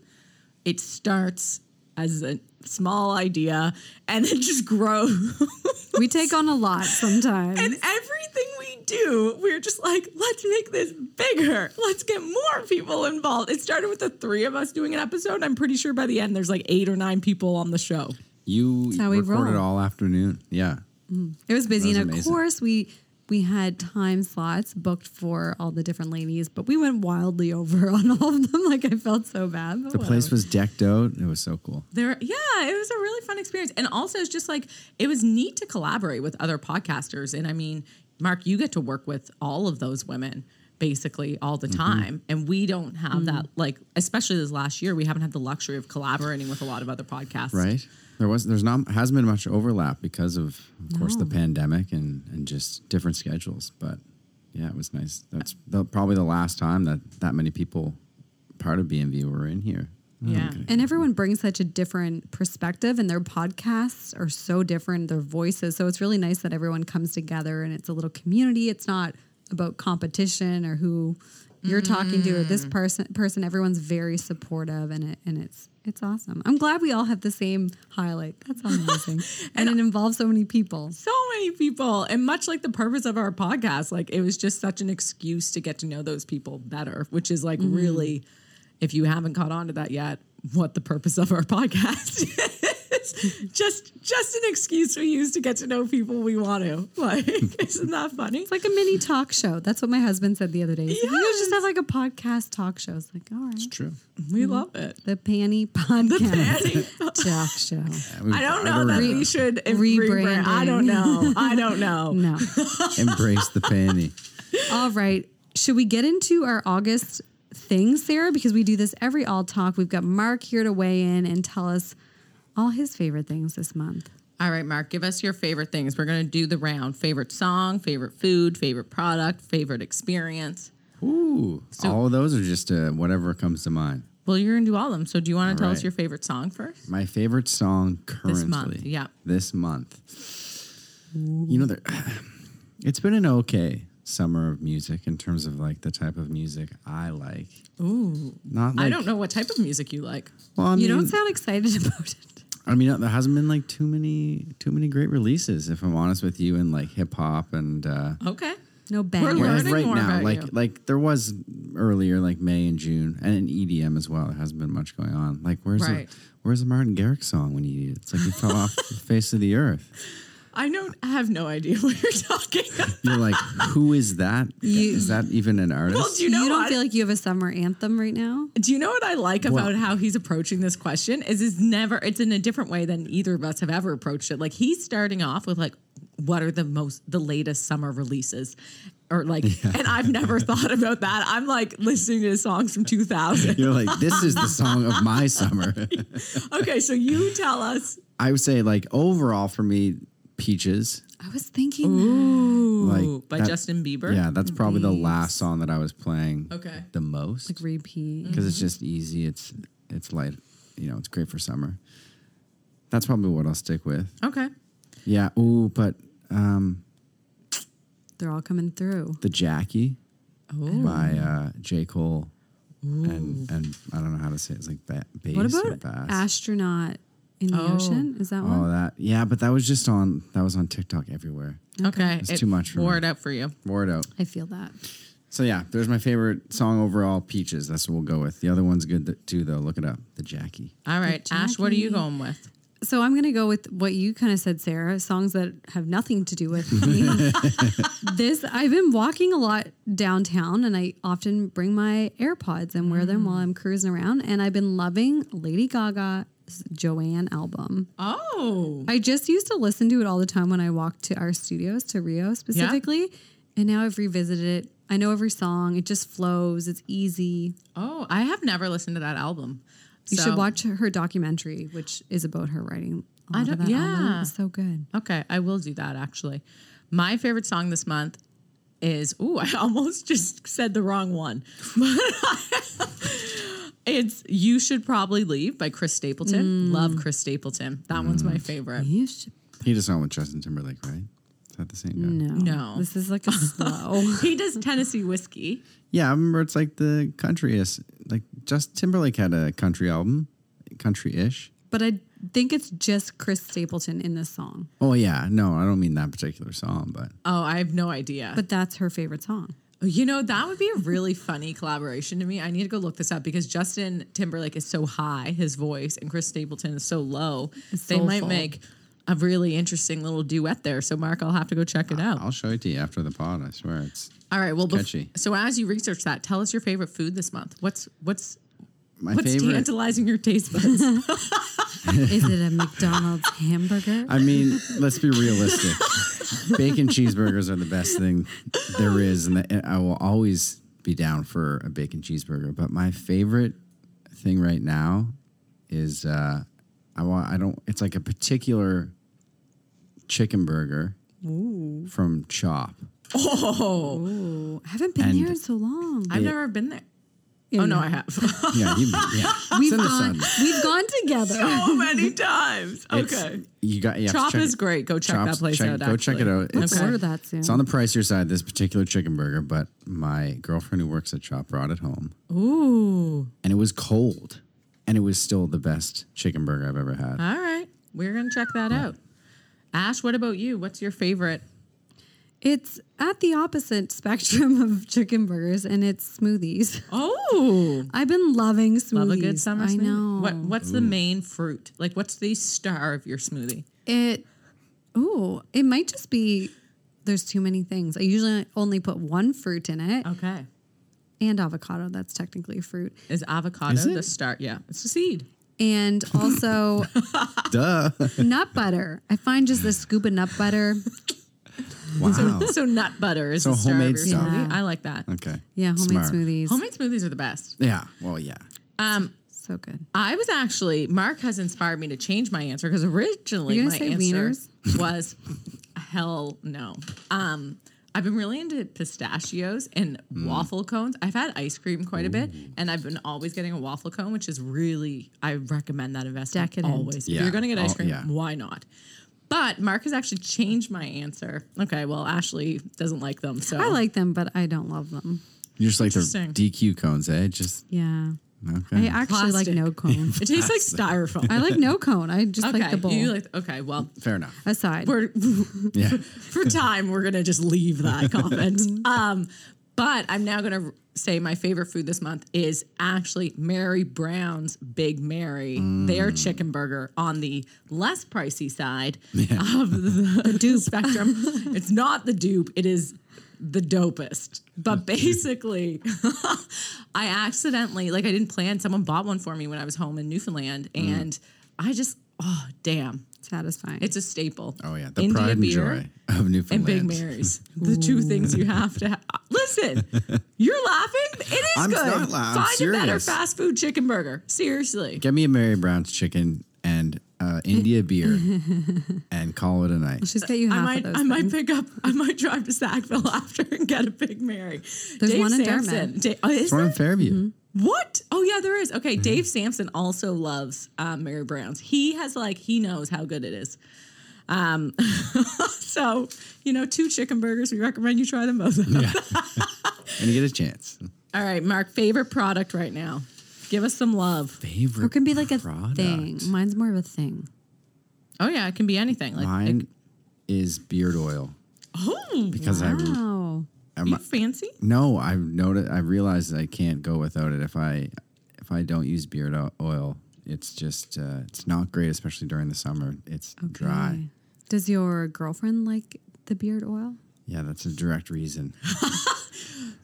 [SPEAKER 2] it starts as a small idea and *laughs* it just grows.
[SPEAKER 1] We take on a lot sometimes.
[SPEAKER 2] and everything we do, we're just like, let's make this bigger. Let's get more people involved. It started with the three of us doing an episode. I'm pretty sure by the end there's like eight or nine people on the show.
[SPEAKER 3] You
[SPEAKER 1] how we
[SPEAKER 3] recorded
[SPEAKER 1] roll.
[SPEAKER 3] all afternoon. Yeah.
[SPEAKER 1] It was busy, and
[SPEAKER 3] That was
[SPEAKER 1] of
[SPEAKER 3] amazing.
[SPEAKER 1] course we we had time slots booked for all the different ladies, but we went wildly *laughs* over on all of them. Like I felt so bad. but
[SPEAKER 3] The place
[SPEAKER 1] whatever.
[SPEAKER 3] was decked out. It was so cool.
[SPEAKER 2] there yeah it was a really fun experience and also it's just like it was neat to collaborate with other podcasters and i mean mark you get to work with all of those women basically all the time and we don't have that like especially this last year we haven't had the luxury of collaborating with a lot of other podcasts
[SPEAKER 3] Right? There was there's not hasn't been much overlap because of of course the
[SPEAKER 1] No.
[SPEAKER 3] pandemic and and just different schedules, but yeah, it was nice. That's the, probably the last time that that many people part of BMV were in here. Oh,
[SPEAKER 2] Yeah.
[SPEAKER 3] okay.
[SPEAKER 1] And everyone brings such a different perspective, and their podcasts are so different, their voices. So it's really nice that everyone comes together and it's a little community. It's not about competition or who you're talking to or
[SPEAKER 3] Mm.
[SPEAKER 1] this person. Person, everyone's very supportive, and it and it's it's awesome. I'm glad we all have the same highlight.
[SPEAKER 3] *laughs*
[SPEAKER 1] That's amazing, and it involves so many people.
[SPEAKER 2] so many people and much like the purpose of our podcast like it was just such an excuse to get to know those people better which is like really if you haven't caught on to that yet what the purpose of our *laughs* podcast is just just an excuse we use to get to know people we want to *laughs* like isn't that funny
[SPEAKER 1] It's like a mini talk show. That's what my husband said the other day. He's like, You guys just have like a podcast talk show. It's like, all right,
[SPEAKER 3] It's true.
[SPEAKER 2] we love it *laughs*
[SPEAKER 1] the Panny *laughs* Podcast
[SPEAKER 2] Annie,
[SPEAKER 1] Talk Show.
[SPEAKER 3] Yeah, we-
[SPEAKER 2] I don't know that we should if- rebrand. I
[SPEAKER 1] Rebranding.
[SPEAKER 2] don't know. I
[SPEAKER 1] *laughs*
[SPEAKER 2] don't know.
[SPEAKER 1] No.
[SPEAKER 3] embrace the
[SPEAKER 2] *laughs*
[SPEAKER 3] panty.
[SPEAKER 1] All right. Should we get into our August thing, Sarah? Because we do this every All Talk. We've got Mark here to weigh in and tell us all his favorite things this month.
[SPEAKER 2] All right, Mark, give us your favorite things. We're going to do the round favorite song, favorite food, favorite product, favorite experience.
[SPEAKER 3] Ooh, all of those are just uh, whatever comes to mind.
[SPEAKER 2] Well, you're gonna do all of them. So do you want to tell us
[SPEAKER 3] right.
[SPEAKER 2] your favorite song first?
[SPEAKER 3] My favorite song currently.
[SPEAKER 2] month, yeah.
[SPEAKER 3] This month. You know, there, *sighs* it's been an okay summer of music in terms of like the type of music I like.
[SPEAKER 2] Ooh,
[SPEAKER 3] Not like,
[SPEAKER 2] I don't know what type of music you like.
[SPEAKER 3] Well, I
[SPEAKER 1] You
[SPEAKER 3] mean-
[SPEAKER 1] don't sound excited *laughs* about it.
[SPEAKER 3] I mean, there hasn't been like too many too many great releases, if I'm honest with you, in like hip hop and uh,
[SPEAKER 2] Okay.
[SPEAKER 1] No
[SPEAKER 2] We're
[SPEAKER 1] bang.
[SPEAKER 2] learning.
[SPEAKER 3] whereas right
[SPEAKER 2] more
[SPEAKER 3] now,
[SPEAKER 2] about
[SPEAKER 3] like
[SPEAKER 2] you.
[SPEAKER 3] like there was earlier, like May and June, and in EDM as well. There hasn't been much going on. Like where's
[SPEAKER 2] Right.
[SPEAKER 3] the where's the Martin Garrix song when you need it? It's like you fell off the face of the earth.
[SPEAKER 2] I don't I have no idea *laughs* what you're talking about.
[SPEAKER 3] You're like, who is that? Is
[SPEAKER 1] You-
[SPEAKER 3] that even an artist?
[SPEAKER 2] Well, do you know
[SPEAKER 1] you don't
[SPEAKER 2] what?
[SPEAKER 1] feel like you have a summer anthem right now?
[SPEAKER 2] Do you know what I like about how he's approaching this question? Is is never it's in a different way than either of us have ever approached it. Like he's starting off with like what are the most the latest summer releases or
[SPEAKER 3] *laughs*
[SPEAKER 2] like and I've never thought about that. I'm like listening to songs from 2000.
[SPEAKER 3] You're like, this is the song of my summer.
[SPEAKER 2] Okay, so you tell us.
[SPEAKER 3] I would say like overall for me, Peaches.
[SPEAKER 1] I was thinking
[SPEAKER 2] Ooh,
[SPEAKER 3] Like,
[SPEAKER 2] by
[SPEAKER 3] that-
[SPEAKER 2] Justin Bieber.
[SPEAKER 3] Yeah, that's probably the last song that I was playing
[SPEAKER 2] Okay.
[SPEAKER 3] the most.
[SPEAKER 1] that. repeat.
[SPEAKER 3] because it's just easy. It's it's light. You know, it's great for summer. That's probably what I'll stick with.
[SPEAKER 2] Okay.
[SPEAKER 3] Yeah. Ooh, but
[SPEAKER 1] They're all coming through.
[SPEAKER 3] the Jackie by uh, J Cole and and I don't know how to say it. it's like ba- bass
[SPEAKER 1] What
[SPEAKER 3] or
[SPEAKER 1] about
[SPEAKER 3] bass.
[SPEAKER 1] astronaut in the
[SPEAKER 2] Oh.
[SPEAKER 1] ocean? Is that one?
[SPEAKER 3] oh, that yeah, but that was just on that was on TikTok everywhere.
[SPEAKER 2] Okay.
[SPEAKER 3] It's too much for
[SPEAKER 2] wore
[SPEAKER 3] me.
[SPEAKER 2] it up for you.
[SPEAKER 3] Wore it out.
[SPEAKER 1] I feel that.
[SPEAKER 3] So yeah, there's my favorite song overall, Peaches. That's what we'll go with. The other one's good th- too though. Look it up, the Jackie.
[SPEAKER 2] All right, Ash, what are you
[SPEAKER 1] Jackie.
[SPEAKER 2] going with?
[SPEAKER 1] So I'm going to go with what you kind of said, Sarah. Songs that have nothing to do with
[SPEAKER 2] *laughs*
[SPEAKER 1] me. this. I've been walking a lot downtown, and I often bring my AirPods and wear them
[SPEAKER 2] Mm.
[SPEAKER 1] while I'm cruising around. And I've been loving Lady Gaga's Joanne album.
[SPEAKER 2] Oh.
[SPEAKER 1] I just used to listen to it all the time when I walked to our studios to Rio specifically, and now I've revisited it. I know every song; it just flows. It's easy.
[SPEAKER 2] Oh, I have never listened to that album.
[SPEAKER 1] You
[SPEAKER 2] So-
[SPEAKER 1] should watch her documentary, which is about her writing. a
[SPEAKER 2] I
[SPEAKER 1] lot of
[SPEAKER 2] don't-
[SPEAKER 1] that album.
[SPEAKER 2] yeah.
[SPEAKER 1] It's so good.
[SPEAKER 2] Okay, I will do that actually. My favorite song this month is ooh, *laughs* I almost just said the wrong one. *laughs* it's You Should Probably Leave by Chris Stapleton. Love Chris Stapleton. That one's
[SPEAKER 3] Mm.
[SPEAKER 2] my favorite.
[SPEAKER 1] You should
[SPEAKER 3] He just on with Justin Timberlake, right? Is that the same guy?
[SPEAKER 1] no,
[SPEAKER 2] No.
[SPEAKER 1] This is
[SPEAKER 2] *laughs*
[SPEAKER 1] like a slow.
[SPEAKER 2] He does Tennessee whiskey.
[SPEAKER 3] Yeah, I remember it's like the country is like just Timberlake had a country album, country ish.
[SPEAKER 1] but I think it's just Chris Stapleton in this song.
[SPEAKER 3] Oh yeah, no, I don't mean that particular song, but
[SPEAKER 2] Oh, I have no idea.
[SPEAKER 1] But that's her favorite song.
[SPEAKER 2] You know, that would be a really funny collaboration to me. I need to go look this up because Justin Timberlake is so high, his voice, and Chris Stapleton is so low. they might
[SPEAKER 1] soulful.
[SPEAKER 2] make a really interesting little duet there. So, Mark, I'll have to go check it out.
[SPEAKER 3] I'll show it to you after the pod. I swear it's
[SPEAKER 2] All right. Well, bef-
[SPEAKER 3] catchy.
[SPEAKER 2] so as you research that, tell us your favorite food this month. What's what's
[SPEAKER 3] my
[SPEAKER 2] what's
[SPEAKER 3] favorite.
[SPEAKER 2] tantalizing your taste buds?
[SPEAKER 1] Is
[SPEAKER 2] *laughs*
[SPEAKER 1] it a McDonald's hamburger?
[SPEAKER 3] I mean, let's be realistic. bacon cheeseburgers are the best thing there is, and the- I will always be down for a bacon cheeseburger. But my favorite thing right now is uh, I want. I don't. It's like a particular chicken burger from Chop.
[SPEAKER 1] Ooh, I haven't been
[SPEAKER 3] And-
[SPEAKER 1] there in so long.
[SPEAKER 2] I've never been there. Oh no, I have *laughs*
[SPEAKER 3] Yeah, you, yeah.
[SPEAKER 1] we've
[SPEAKER 3] it's in the
[SPEAKER 1] gone.
[SPEAKER 3] sun.
[SPEAKER 1] Uh, We've gone together.
[SPEAKER 2] so many times.
[SPEAKER 3] It's-
[SPEAKER 2] Okay.
[SPEAKER 3] you got yeah.
[SPEAKER 2] Chop is great. Go check that
[SPEAKER 3] Chops,
[SPEAKER 2] place
[SPEAKER 3] check-
[SPEAKER 2] out.
[SPEAKER 3] go check it
[SPEAKER 2] actually.
[SPEAKER 3] out. It's-
[SPEAKER 1] Let's order that soon.
[SPEAKER 3] It's on the pricier side. This particular chicken burger, but my girlfriend who works at Chop brought it home,
[SPEAKER 2] Ooh.
[SPEAKER 3] and it was cold, and it was still the best chicken burger I've ever
[SPEAKER 1] Uh,
[SPEAKER 3] had.
[SPEAKER 2] All right. We're going to check that out. Ash, what about you? What's your favorite?
[SPEAKER 1] It's at the opposite spectrum of chicken burgers, and it's smoothies.
[SPEAKER 2] Oh,
[SPEAKER 1] I've been loving smoothies.
[SPEAKER 2] love a good summer
[SPEAKER 1] I
[SPEAKER 2] smoothie.
[SPEAKER 1] know.
[SPEAKER 2] What, what's the main fruit? Like, what's the star of your smoothie?
[SPEAKER 1] It. Oh, it might just be. There's too many things. I usually only put one fruit in it
[SPEAKER 2] Okay.
[SPEAKER 1] and avocado. That's technically fruit.
[SPEAKER 2] Is avocado
[SPEAKER 3] Is it?
[SPEAKER 2] the star? Yeah, it's a seed.
[SPEAKER 1] And
[SPEAKER 3] *laughs*
[SPEAKER 1] also
[SPEAKER 3] Duh!
[SPEAKER 1] nut butter. I find just the scoop of nut butter.
[SPEAKER 3] Wow.
[SPEAKER 2] So nut butter is
[SPEAKER 3] So
[SPEAKER 2] the star of your
[SPEAKER 3] homemade stuff.
[SPEAKER 2] smoothie.
[SPEAKER 1] Yeah.
[SPEAKER 2] I like that.
[SPEAKER 3] okay.
[SPEAKER 1] Yeah, homemade
[SPEAKER 3] Smart.
[SPEAKER 1] smoothies.
[SPEAKER 2] Homemade smoothies are the best.
[SPEAKER 3] Yeah. Well, yeah.
[SPEAKER 1] so good.
[SPEAKER 2] I was actually Mark has inspired me to change my answer because
[SPEAKER 1] Were
[SPEAKER 2] originally
[SPEAKER 1] you
[SPEAKER 2] *laughs*
[SPEAKER 1] gonna
[SPEAKER 2] my
[SPEAKER 1] say
[SPEAKER 2] answer
[SPEAKER 1] wieners?
[SPEAKER 2] was hell no. Um, I've been really into pistachios and
[SPEAKER 3] Mm.
[SPEAKER 2] waffle cones. I've had ice cream quite a bit, and I've been always getting a waffle cone, which is really I recommend that investment
[SPEAKER 1] Decadent.
[SPEAKER 2] always. If
[SPEAKER 3] Yeah.
[SPEAKER 2] you're going to get ice
[SPEAKER 3] Oh,
[SPEAKER 2] cream,
[SPEAKER 3] yeah.
[SPEAKER 2] why not? But Mark has actually changed my answer. Okay, well Ashley doesn't like them, so
[SPEAKER 1] I like them, but I don't love them.
[SPEAKER 3] You're just like the
[SPEAKER 2] Interesting.
[SPEAKER 3] DQ cones, eh? Just
[SPEAKER 1] Yeah. I
[SPEAKER 3] okay.
[SPEAKER 1] actually
[SPEAKER 2] Plastic.
[SPEAKER 1] like no cone.
[SPEAKER 2] It tastes like styrofoam.
[SPEAKER 1] I like no cone. I just
[SPEAKER 2] okay,
[SPEAKER 1] like the bowl.
[SPEAKER 2] you like okay. Well,
[SPEAKER 3] Fair enough.
[SPEAKER 1] Aside.
[SPEAKER 2] we're
[SPEAKER 3] Yeah.
[SPEAKER 2] for time, we're gonna just leave
[SPEAKER 3] *laughs*
[SPEAKER 2] that comment. Um, but I'm now gonna say my favorite food this month is actually Mary Brown's Big Mary,
[SPEAKER 3] Mm.
[SPEAKER 2] their chicken burger on the less pricey
[SPEAKER 3] *laughs*
[SPEAKER 2] side of the, dupe spectrum. it's not the dupe; it is the dopest. But basically, *laughs* I accidentally like I didn't plan. Someone bought one for me when I was home in Newfoundland,
[SPEAKER 3] Mm.
[SPEAKER 2] and I just oh damn.
[SPEAKER 1] satisfying.
[SPEAKER 2] It's a staple.
[SPEAKER 3] Oh yeah. The
[SPEAKER 2] India
[SPEAKER 3] pride and
[SPEAKER 2] beer
[SPEAKER 3] joy of
[SPEAKER 2] and
[SPEAKER 3] Newfoundland.
[SPEAKER 2] Big Mary's. The two things you have to have. Listen, you're laughing. It is
[SPEAKER 3] I'm
[SPEAKER 2] good.
[SPEAKER 3] not laughing. I'm
[SPEAKER 2] Find a better
[SPEAKER 3] serious.
[SPEAKER 2] fast food chicken burger. Seriously.
[SPEAKER 3] Get me a Mary Brown's chicken and uh, India
[SPEAKER 1] *laughs*
[SPEAKER 3] beer, and call it a night.
[SPEAKER 1] She's get you half
[SPEAKER 2] I
[SPEAKER 1] of
[SPEAKER 2] might,
[SPEAKER 1] those.
[SPEAKER 2] I might pick up, I might drive to Sackville *laughs* after and get a Big Mary.
[SPEAKER 1] There's one in Dartmouth.
[SPEAKER 2] Sampson. Da- oh, is
[SPEAKER 3] We're
[SPEAKER 2] there?
[SPEAKER 3] in Fairview.
[SPEAKER 1] Mm-hmm.
[SPEAKER 2] What? Oh yeah, there is. Okay, Dave Sampson also loves um, Mary Brown's. He has like he knows how good it is. Um, *laughs* so you know, two chicken burgers. We recommend you try them both. *laughs*
[SPEAKER 3] and you get a chance.
[SPEAKER 2] All right, Mark, favorite product right now. Give us some love.
[SPEAKER 3] Favorite
[SPEAKER 1] Or it can be like a
[SPEAKER 3] product?
[SPEAKER 1] thing. Mine's more of a thing.
[SPEAKER 2] Oh yeah, it can be anything. Like,
[SPEAKER 3] Mine
[SPEAKER 2] like-
[SPEAKER 3] is beard oil
[SPEAKER 2] oh,
[SPEAKER 3] because I
[SPEAKER 1] Wow.
[SPEAKER 2] you fancy?
[SPEAKER 3] no, I noticed I realized I can't go without it if I if I don't use beard o- oil. It's just uh, it's not great, especially during the summer. It's dry.
[SPEAKER 1] Okay. Does your girlfriend like the beard oil?
[SPEAKER 3] Yeah, that's a direct reason.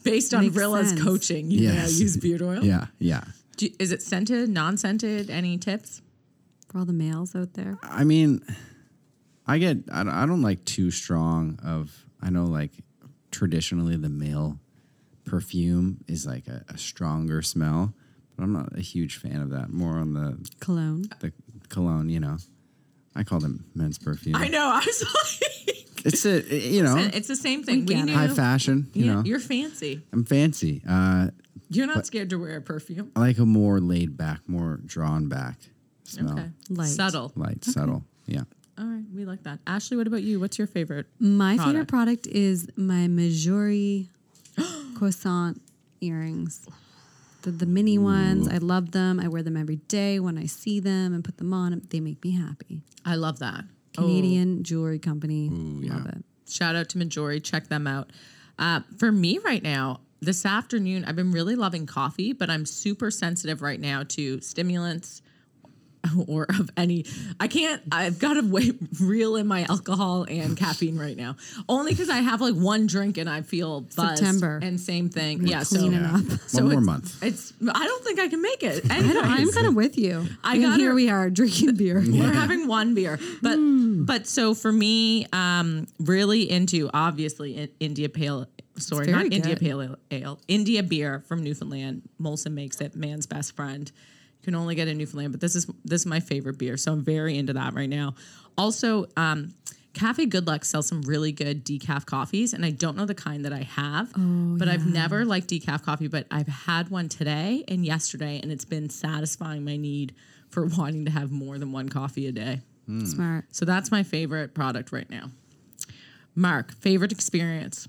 [SPEAKER 2] Based on
[SPEAKER 1] Makes
[SPEAKER 2] Rilla's
[SPEAKER 1] sense.
[SPEAKER 2] coaching, you
[SPEAKER 3] Yes.
[SPEAKER 2] now use beard oil.
[SPEAKER 3] yeah, yeah.
[SPEAKER 2] Do, is it scented? Non-scented? Any tips?
[SPEAKER 1] For all the males out there.
[SPEAKER 3] I mean, I get I don't, I don't like too strong of I know like traditionally the male perfume is like a, a stronger smell, but I'm not a huge fan of that. More on the
[SPEAKER 1] Cologne.
[SPEAKER 3] the cologne, you know. I call them men's perfume.
[SPEAKER 2] I know. I was like,
[SPEAKER 3] It's a you know
[SPEAKER 2] it's the same thing. We,
[SPEAKER 1] get
[SPEAKER 2] knew.
[SPEAKER 1] it.
[SPEAKER 3] high fashion. You
[SPEAKER 2] yeah,
[SPEAKER 3] know,
[SPEAKER 2] you're fancy.
[SPEAKER 3] I'm fancy. Uh,
[SPEAKER 2] You're not scared to wear a perfume.
[SPEAKER 3] I like a more laid back, more drawn back smell,
[SPEAKER 2] Okay,
[SPEAKER 1] Light.
[SPEAKER 2] subtle.
[SPEAKER 3] light, subtle. Yeah,
[SPEAKER 2] All right, we like that. Ashley, what about you? What's your favorite?
[SPEAKER 1] My
[SPEAKER 2] Product.
[SPEAKER 1] favorite product is my Missouri *gasps* croissant earrings. The, the mini ones. I love them. I wear them every day when I see them and put them on. They make me happy.
[SPEAKER 2] I love that. Oh.
[SPEAKER 1] Canadian jewelry company. Love *laughs* it.
[SPEAKER 2] Shout out to Majori. Check them out. Uh, for me right now, this afternoon, I've been really loving coffee, but I'm super sensitive right now to stimulants *laughs* or of any. I can't, I've got to wait, reel in my alcohol and caffeine right now, only because I have like one drink and I feel buzzed.
[SPEAKER 1] September.
[SPEAKER 2] And same thing. Yeah.
[SPEAKER 1] cleaning
[SPEAKER 2] So,
[SPEAKER 3] yeah.
[SPEAKER 2] *laughs*
[SPEAKER 1] up.
[SPEAKER 3] One
[SPEAKER 2] so
[SPEAKER 3] more
[SPEAKER 2] it's-
[SPEAKER 3] month.
[SPEAKER 2] It's, I don't think I can make it.
[SPEAKER 1] I don't, I'm kind of with you.
[SPEAKER 2] I
[SPEAKER 1] and
[SPEAKER 2] gotta-
[SPEAKER 1] here we are drinking *laughs* beer.
[SPEAKER 2] We're having one beer, but
[SPEAKER 1] Hmm.
[SPEAKER 2] but so for me, um, really into obviously in, India pale. Sorry,
[SPEAKER 1] very
[SPEAKER 2] not India
[SPEAKER 1] good.
[SPEAKER 2] pale ale, ale. India beer from Newfoundland. Molson makes it. Man's best friend. You can only get it in Newfoundland, but this is this is my favorite beer, so I'm very into that right now. Also, um, Cafe Good Luck sells some really good decaf coffees, and I don't know the kind that I have,
[SPEAKER 1] Oh,
[SPEAKER 2] but I've never liked decaf coffee. But I've had one today and yesterday, and it's been satisfying my need for *laughs* wanting to have more than one coffee a day.
[SPEAKER 1] Smart.
[SPEAKER 2] So that's my favorite product right now. Mark, favorite experience?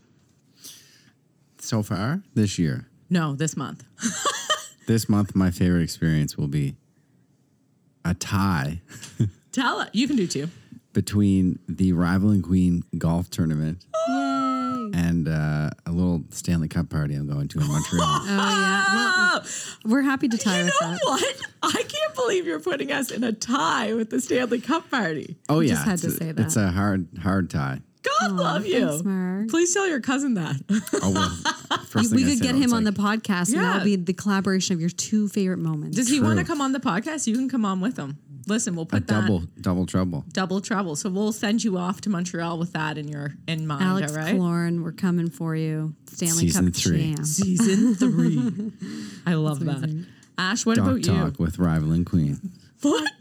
[SPEAKER 3] So far this year,
[SPEAKER 2] No, this month. *laughs*
[SPEAKER 3] this month, my favorite experience will be a tie
[SPEAKER 2] Tell it. You can do two.
[SPEAKER 3] between the rivaling queen golf tournament
[SPEAKER 1] Yay.
[SPEAKER 3] and uh, a little Stanley Cup party I'm going
[SPEAKER 2] *laughs*
[SPEAKER 3] to in Montreal.
[SPEAKER 1] Oh, yeah. *laughs* Well, we're happy to tie
[SPEAKER 2] You
[SPEAKER 1] with
[SPEAKER 2] know
[SPEAKER 1] that.
[SPEAKER 2] what? I can't believe you're putting us in a tie with the Stanley Cup party.
[SPEAKER 3] oh
[SPEAKER 1] You
[SPEAKER 3] yeah,
[SPEAKER 1] just had to
[SPEAKER 3] it's a-
[SPEAKER 1] say
[SPEAKER 3] It's a hard, hard tie.
[SPEAKER 2] God love you.
[SPEAKER 1] thanks, Mark.
[SPEAKER 2] Please tell your cousin that.
[SPEAKER 3] Oh
[SPEAKER 1] *laughs*
[SPEAKER 3] well, first thing
[SPEAKER 1] We
[SPEAKER 3] I
[SPEAKER 1] could
[SPEAKER 3] said,
[SPEAKER 1] get
[SPEAKER 3] I was
[SPEAKER 1] him on the
[SPEAKER 3] like,
[SPEAKER 1] podcast, and that'll
[SPEAKER 2] Yeah.
[SPEAKER 1] be the collaboration of your two favorite moments.
[SPEAKER 2] *laughs* Does he want to
[SPEAKER 3] True.
[SPEAKER 2] come on the podcast? You can come on with him. Listen, we'll put that
[SPEAKER 3] double, double trouble.
[SPEAKER 2] double trouble. So we'll send you off to Montreal with that in your in mind.
[SPEAKER 1] Alex
[SPEAKER 2] all right.
[SPEAKER 1] Cloran, we're coming for you. Stanley
[SPEAKER 3] Season
[SPEAKER 1] Cup
[SPEAKER 3] three.
[SPEAKER 1] champ.
[SPEAKER 2] *laughs* Season *laughs* three. I love that. Ash, what
[SPEAKER 3] Dog
[SPEAKER 2] about
[SPEAKER 1] *laughs*
[SPEAKER 3] talk with rivaling queen.
[SPEAKER 2] you? What?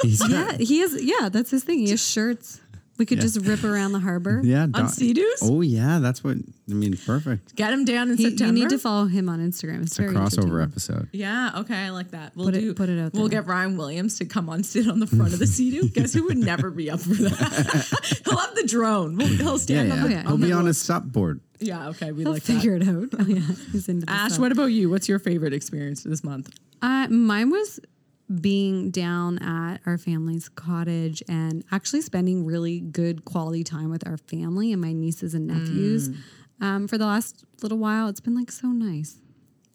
[SPEAKER 3] He's
[SPEAKER 1] Yeah,
[SPEAKER 3] got-
[SPEAKER 1] he is. Yeah, that's his thing. He has shirts We could
[SPEAKER 3] Yeah.
[SPEAKER 1] just rip around the harbor.
[SPEAKER 3] Yeah.
[SPEAKER 2] On Sea Deuce?
[SPEAKER 3] Oh yeah, that's what I mean. Perfect.
[SPEAKER 2] Get him down in
[SPEAKER 1] He- you
[SPEAKER 2] September.
[SPEAKER 1] need to follow him on Instagram. It's,
[SPEAKER 3] It's a
[SPEAKER 1] very interesting.
[SPEAKER 3] crossover episode.
[SPEAKER 2] yeah, okay, I like that. We'll
[SPEAKER 1] Put it-
[SPEAKER 2] do.
[SPEAKER 1] put it out
[SPEAKER 2] We'll
[SPEAKER 1] there.
[SPEAKER 2] get Ryan Williams to come on sit on the front
[SPEAKER 1] *laughs*
[SPEAKER 2] of the Sea-Doo. Guess who would never be up for that? *laughs* he'll have the drone. We'll, he'll
[SPEAKER 3] Yeah,
[SPEAKER 2] stand
[SPEAKER 3] yeah.
[SPEAKER 2] on the.
[SPEAKER 1] yeah.
[SPEAKER 3] He'll
[SPEAKER 1] on
[SPEAKER 3] be
[SPEAKER 2] the-
[SPEAKER 3] on his subboard.
[SPEAKER 2] Yeah, okay, we
[SPEAKER 1] I'll
[SPEAKER 2] like that.
[SPEAKER 1] figure it out. *laughs* Oh, yeah, he's into this
[SPEAKER 2] Ash,
[SPEAKER 1] stuff.
[SPEAKER 2] what about you? What's your favorite experience this month?
[SPEAKER 1] Uh, mine was being down at our family's cottage and actually spending really good quality time with our family and my nieces and
[SPEAKER 2] Mm.
[SPEAKER 1] nephews. Um, for the last little while, it's been like so nice.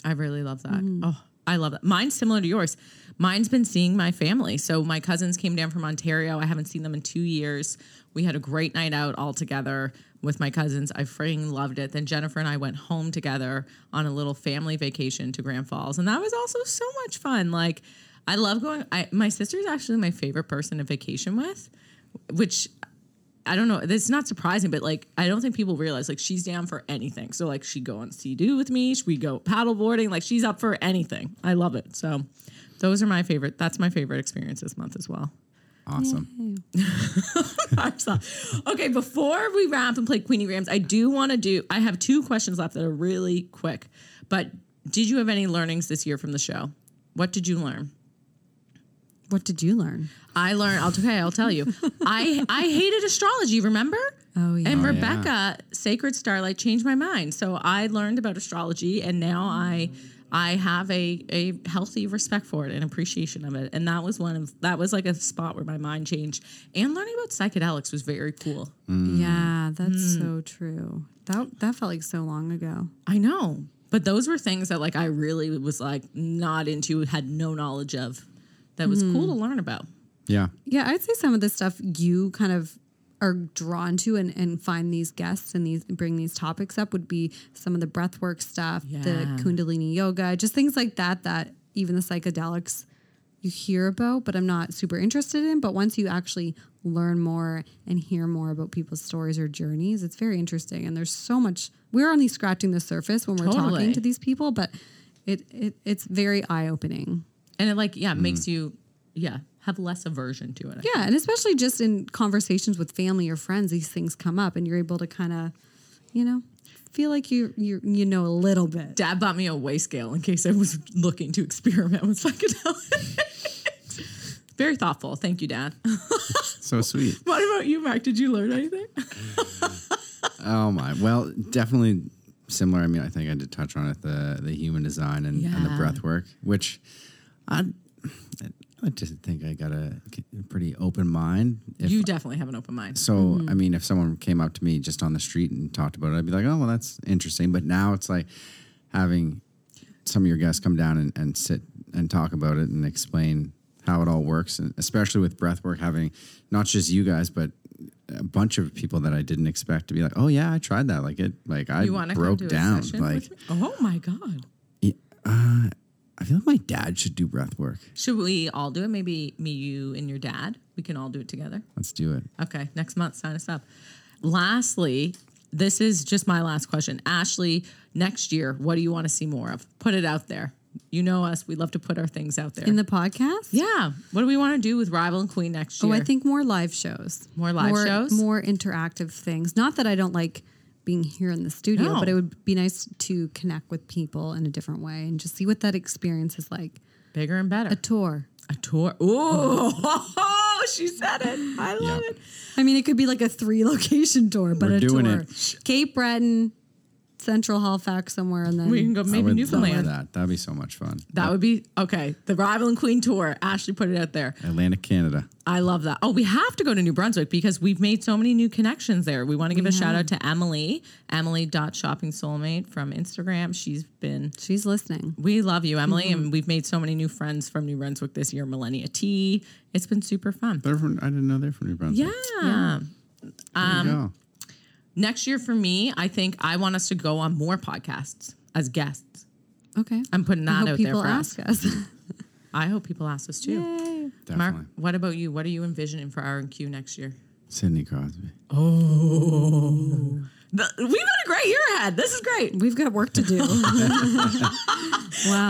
[SPEAKER 2] I really love that. Oh, I love that. Mine's similar to yours. Mine's been seeing my family. So my cousins came down from Ontario. I haven't seen them in two years. We had a great night out all together with my cousins. I freaking loved it. Then Jennifer and I went home together on a little family vacation to Grand Falls, and that was also so much fun. Like, I love going. I, my sister's actually my favorite person to vacation with, which I don't know. It's not surprising, but like I don't think people realize like she's down for anything. So like she go on sea doo with me. We go paddleboarding. Like she's up for anything. I love it. So those are my favorite. That's my favorite experience this month as well. *laughs*
[SPEAKER 3] Awesome.
[SPEAKER 2] I'm sorry. okay, before we wrap and play Queenie Grams, I do want to do. I have two questions left that are really quick. But did you have any learnings this year from the show? What did you learn?
[SPEAKER 1] What did you learn?
[SPEAKER 2] I learned. I'll, okay, I'll
[SPEAKER 1] *laughs*
[SPEAKER 2] tell you. I I hated astrology. Remember?
[SPEAKER 1] Oh, yeah.
[SPEAKER 2] And
[SPEAKER 1] Oh,
[SPEAKER 2] Rebecca, Sacred Starlight, changed my mind. So I learned about astrology, and now I I have a a healthy respect for it and appreciation of it. And that was one of that was like a spot where my mind changed. And learning about psychedelics was very cool.
[SPEAKER 1] Mm. Yeah, that's so true. That that felt like so long ago.
[SPEAKER 2] I know, but those were things that like I really was like not into, had no knowledge of. That was cool to
[SPEAKER 1] Mm.
[SPEAKER 2] learn about.
[SPEAKER 3] Yeah.
[SPEAKER 1] Yeah, I'd say some of the stuff you kind of are drawn to and, and find these guests and these bring these topics up would be some of the breathwork stuff,
[SPEAKER 2] Yeah.
[SPEAKER 1] the kundalini yoga, just things like that that even the psychedelics you hear about, but I'm not super interested in. But once you actually learn more and hear more about people's stories or journeys, it's very interesting. And there's so much we're only scratching the surface when we're
[SPEAKER 2] Totally.
[SPEAKER 1] talking to these people, but it, it it's very eye opening.
[SPEAKER 2] And it like yeah
[SPEAKER 1] Mm.
[SPEAKER 2] makes you yeah have less aversion to it. I
[SPEAKER 1] Yeah, and especially just in conversations with family or friends, these things come up, and you're able to kind of, you know, feel like you you you know a little bit.
[SPEAKER 2] Dad bought me a weigh scale in case I was looking to experiment with psychedelics. Very thoughtful. Thank you, Dad. *laughs*
[SPEAKER 3] So sweet.
[SPEAKER 2] What about you, Mark? Did you learn anything?
[SPEAKER 3] Oh my. Well, definitely similar. I mean, I think I did touch on it the the human design and, and the
[SPEAKER 2] Yeah.
[SPEAKER 3] breath work, which I I just think I got a pretty open mind. If,
[SPEAKER 2] you definitely have an open mind.
[SPEAKER 3] so I
[SPEAKER 2] Mm-hmm.
[SPEAKER 3] mean, if someone came up to me just on the street and talked about it, I'd be like, oh well, that's interesting. But now it's like having some of your guests come down and, and sit and talk about it and explain how it all works, and especially with breath work, having not just you guys, but a bunch of people that I didn't expect to be like, oh yeah, I tried that. Like it, like I
[SPEAKER 2] You want to
[SPEAKER 3] broke
[SPEAKER 2] come to
[SPEAKER 3] down.
[SPEAKER 2] a session
[SPEAKER 3] Like
[SPEAKER 2] with me? Oh my god!
[SPEAKER 3] I feel like my dad should do breath work.
[SPEAKER 2] Should we all do it? Maybe me, you, and your dad. We can all do it together.
[SPEAKER 3] Let's do it.
[SPEAKER 2] Okay, next month, sign us up. Lastly, this is just my last question. Ashley, next year, what do you want to see more of? Put it out there. You know us. We love to put our things out there.
[SPEAKER 1] In the podcast,
[SPEAKER 2] yeah. What do we want to do with Rival and Queen next
[SPEAKER 1] oh,
[SPEAKER 2] year?
[SPEAKER 1] I think more live shows,
[SPEAKER 2] More live shows?
[SPEAKER 1] more interactive things. Not that I don't like being here in the studio,
[SPEAKER 2] No.
[SPEAKER 1] but it would be nice to connect with people in a different way and just see what that experience is like.
[SPEAKER 2] bigger and better.
[SPEAKER 1] A tour.
[SPEAKER 2] A tour. Oh, *laughs* she said it. I love
[SPEAKER 3] Yeah.
[SPEAKER 2] it.
[SPEAKER 1] I mean, it could be like a three *laughs* location tour, but
[SPEAKER 3] We're
[SPEAKER 1] a
[SPEAKER 3] doing
[SPEAKER 1] tour.
[SPEAKER 3] it.
[SPEAKER 1] Cape Breton, Central Halifax, somewhere, and then
[SPEAKER 2] We can go
[SPEAKER 3] I
[SPEAKER 2] maybe
[SPEAKER 3] would
[SPEAKER 2] Newfoundland.
[SPEAKER 3] love
[SPEAKER 2] That.
[SPEAKER 3] that. That'd be so much fun.
[SPEAKER 2] would be okay. The Rival and Queen tour. Ashley put it out there.
[SPEAKER 3] Atlantic Canada.
[SPEAKER 2] I love that. Oh, we have to go to New Brunswick because we've made so many new connections there. We want to give a shout out to Emily, emily.shoppingsoulmate from Instagram. She's been
[SPEAKER 1] she's listening.
[SPEAKER 2] we love you, Emily,
[SPEAKER 1] Mm-hmm.
[SPEAKER 2] and we've made so many new friends from New Brunswick this year. Millennia T. It's been super fun.
[SPEAKER 3] They're from, I didn't know they're from New Brunswick.
[SPEAKER 2] Yeah.
[SPEAKER 3] There you go.
[SPEAKER 2] Next year for me, I think I want us to go on more podcasts as guests.
[SPEAKER 1] Okay.
[SPEAKER 2] I'm putting
[SPEAKER 1] I
[SPEAKER 2] that
[SPEAKER 1] hope
[SPEAKER 2] out there
[SPEAKER 1] people
[SPEAKER 2] for us.
[SPEAKER 1] ask us.
[SPEAKER 2] I hope people ask us too. Mark,
[SPEAKER 3] Definitely.
[SPEAKER 2] what about you? What are you envisioning for R and Q next year?
[SPEAKER 3] Sidney Crosby.
[SPEAKER 2] The- We've got a great year ahead. This is great. *laughs*
[SPEAKER 1] We've got work to *laughs* do. wow.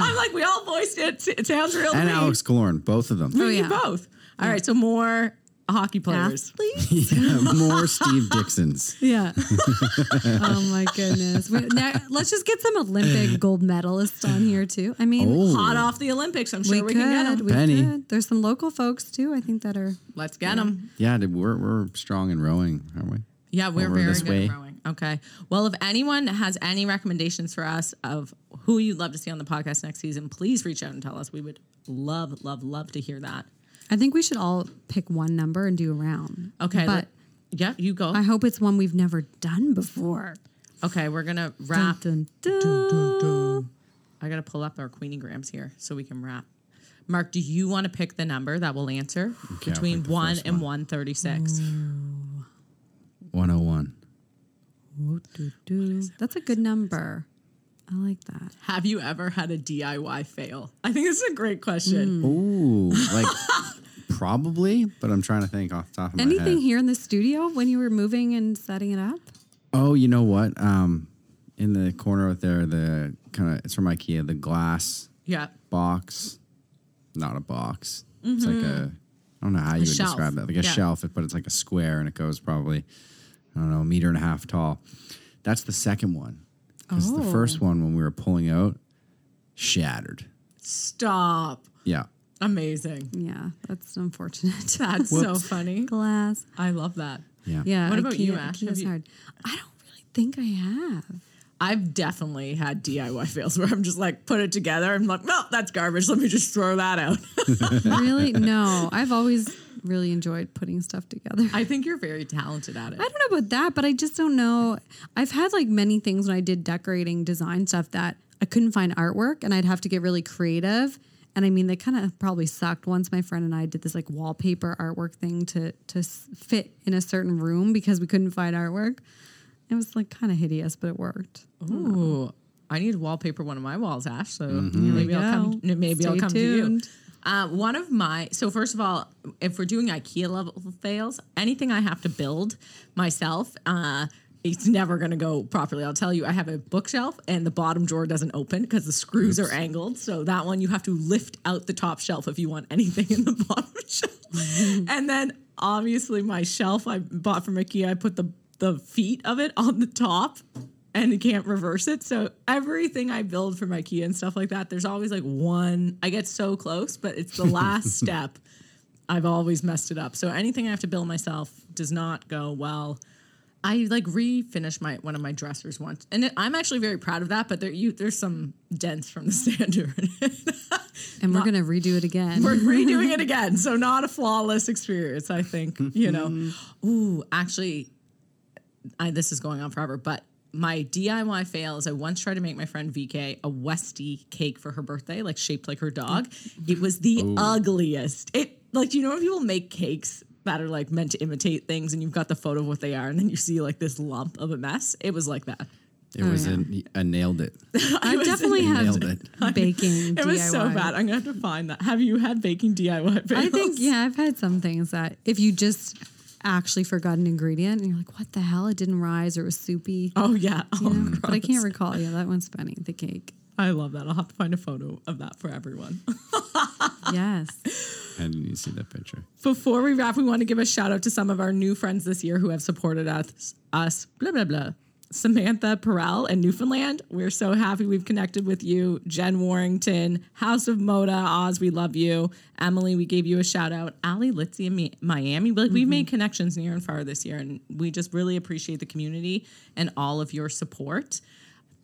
[SPEAKER 2] I'm like, we all voiced it. It sounds real. to
[SPEAKER 3] and
[SPEAKER 2] me.
[SPEAKER 3] *laughs* Alex Kalorn, both of them.
[SPEAKER 2] We
[SPEAKER 1] Oh,
[SPEAKER 2] need
[SPEAKER 1] yeah.
[SPEAKER 2] both. All right, so more hockey players.
[SPEAKER 1] Athletes? *laughs*
[SPEAKER 3] More Steve Dixons.
[SPEAKER 1] Yeah. oh my goodness. We- now, let's just get some Olympic gold medalists on here too. I mean,
[SPEAKER 3] Oh.
[SPEAKER 2] Hot off the Olympics. I'm sure we,
[SPEAKER 1] we,
[SPEAKER 2] can get
[SPEAKER 1] could.
[SPEAKER 2] them.
[SPEAKER 1] We
[SPEAKER 3] Penny.
[SPEAKER 1] could. There's some local folks too. I think that are.
[SPEAKER 2] Let's get them.
[SPEAKER 3] Yeah, dude, we're we're strong in rowing, aren't we?
[SPEAKER 2] Yeah, we're
[SPEAKER 3] Over
[SPEAKER 2] very
[SPEAKER 3] this
[SPEAKER 2] good
[SPEAKER 3] way.
[SPEAKER 2] at rowing. Okay. Well, if anyone has any recommendations for us of who you'd love to see on the podcast next season, please reach out and tell us. We would love, love, love to hear that.
[SPEAKER 1] I think we should all pick one number and do a round.
[SPEAKER 2] Okay.
[SPEAKER 1] But
[SPEAKER 2] let- yeah, you go.
[SPEAKER 1] I hope it's one we've never done before.
[SPEAKER 2] okay, we're gonna
[SPEAKER 1] Dun,
[SPEAKER 2] wrap.
[SPEAKER 1] dun, dun.
[SPEAKER 2] I gotta pull up our queeniegrams here so we can wrap. Mark, do you want to pick the number that will answer
[SPEAKER 3] I'll
[SPEAKER 2] between
[SPEAKER 3] pick the
[SPEAKER 2] one
[SPEAKER 3] first
[SPEAKER 2] and one thirty-six?
[SPEAKER 3] 101.
[SPEAKER 1] Woo, doo, doo. That's a good number. I like that.
[SPEAKER 2] Have you ever had a DIY fail? I think this is a great
[SPEAKER 1] Mm.
[SPEAKER 2] question.
[SPEAKER 3] Ooh,
[SPEAKER 1] *laughs*
[SPEAKER 3] like probably, but I'm trying to think off the top of my head.
[SPEAKER 1] Anything here in the studio when you were moving and setting it up?
[SPEAKER 3] Oh, you know what? Um, in the corner out there, the kind of it's from IKEA, the glass
[SPEAKER 2] Yeah.
[SPEAKER 3] box, not a box. It's like a I don't know how you would
[SPEAKER 2] shelf.
[SPEAKER 3] describe that, like a
[SPEAKER 2] Yeah.
[SPEAKER 3] shelf, but it's like a square, and it goes probably I don't know a meter and a half tall. That's the second one. Because the
[SPEAKER 1] Oh.
[SPEAKER 3] first one when we were pulling out shattered.
[SPEAKER 2] Stop.
[SPEAKER 3] Yeah.
[SPEAKER 2] Amazing.
[SPEAKER 1] Yeah, that's unfortunate. *laughs*
[SPEAKER 2] That's so funny.
[SPEAKER 1] Glass.
[SPEAKER 2] I love that.
[SPEAKER 3] Yeah.
[SPEAKER 1] Yeah.
[SPEAKER 2] What about you, Ash?
[SPEAKER 1] IKEA's
[SPEAKER 2] Have you-
[SPEAKER 1] hard. I don't really think I have.
[SPEAKER 2] I've definitely had DIY fails where I'm just like put it together. I'm like, no, that's garbage. Let me just throw that out.
[SPEAKER 1] really? No. I've always really enjoyed putting stuff together.
[SPEAKER 2] I think you're very talented at it.
[SPEAKER 1] I don't know about that, but I just don't know. I've had like many things when I did decorating design stuff that I couldn't find artwork and I'd have to get really creative. And I mean, they kind of probably sucked. Once my friend and I did this like wallpaper artwork thing to to s- fit in a certain room because we couldn't find artwork. It was like kind of hideous, but it worked.
[SPEAKER 2] Ooh, I need to wallpaper one of my walls, Ash. So maybe I'll come.
[SPEAKER 1] go.
[SPEAKER 2] Maybe I'll
[SPEAKER 1] Stay
[SPEAKER 2] come
[SPEAKER 1] tuned.
[SPEAKER 2] to you. Uh, one of my so first of all, if we're doing IKEA level fails, anything I have to build myself, uh, it's never going to go properly. I'll tell you, I have a bookshelf and the bottom drawer doesn't open because the screws are angled. So that one you have to lift out the top shelf if you want anything in the *laughs* bottom
[SPEAKER 1] Mm-hmm.
[SPEAKER 2] shelf. and then obviously my shelf I bought from IKEA, I put the the feet of it on the top and you can't reverse it. So everything I build from IKEA and stuff like that, there's always like one. I get so close, but it's the last step. I've always messed it up. So anything I have to build myself does not go well. I like refinished my one of my dressers once, and it, I'm actually very proud of that. But there, you there's some dents from the *laughs* sander. in it.
[SPEAKER 1] And we're gonna redo it
[SPEAKER 2] *laughs*
[SPEAKER 1] again. *laughs*
[SPEAKER 2] We're redoing it again, so not a flawless experience. I think you know.
[SPEAKER 1] Mm-hmm.
[SPEAKER 2] Ooh, actually, I, this is going on forever, but my DIY fails. I once tried to make my friend VK a Westie cake for her birthday, like shaped like her dog. It was the ugliest. It like you know when people make cakes that are like meant to imitate things, and you've got the photo of what they are, and then you see like this lump of a mess. It was like that.
[SPEAKER 3] It was an I nailed it.
[SPEAKER 1] I've definitely
[SPEAKER 3] Nailed
[SPEAKER 1] had
[SPEAKER 3] it.
[SPEAKER 1] baking.
[SPEAKER 2] *laughs* It was so
[SPEAKER 1] DIY.
[SPEAKER 2] bad. I'm gonna have to find that. Have you had baking DIY fails?
[SPEAKER 1] I think yeah, I've had some things that if you just actually forgot an ingredient and you're like, what the hell? It didn't rise or it was soupy.
[SPEAKER 2] Oh yeah. Oh,
[SPEAKER 1] you know? But I
[SPEAKER 2] gross.
[SPEAKER 1] can't recall. Yeah, that one's funny. The
[SPEAKER 2] *laughs*
[SPEAKER 1] cake.
[SPEAKER 2] I love that. I'll have to find a photo of that for everyone. *laughs*
[SPEAKER 1] Yes.
[SPEAKER 3] I didn't even see that picture.
[SPEAKER 2] Before we wrap, we want to give a shout out to some of our new friends this year who have supported us. Us, blah blah blah. Samantha Perel in Newfoundland. We're so happy we've connected with you. Jen Warrington, House of Moda, Oz, we love you. Emily, we gave you a shout out. Ali Litzy in Mi- Miami. Like, We've made connections near and far this year, and we just really appreciate the community and all of your support.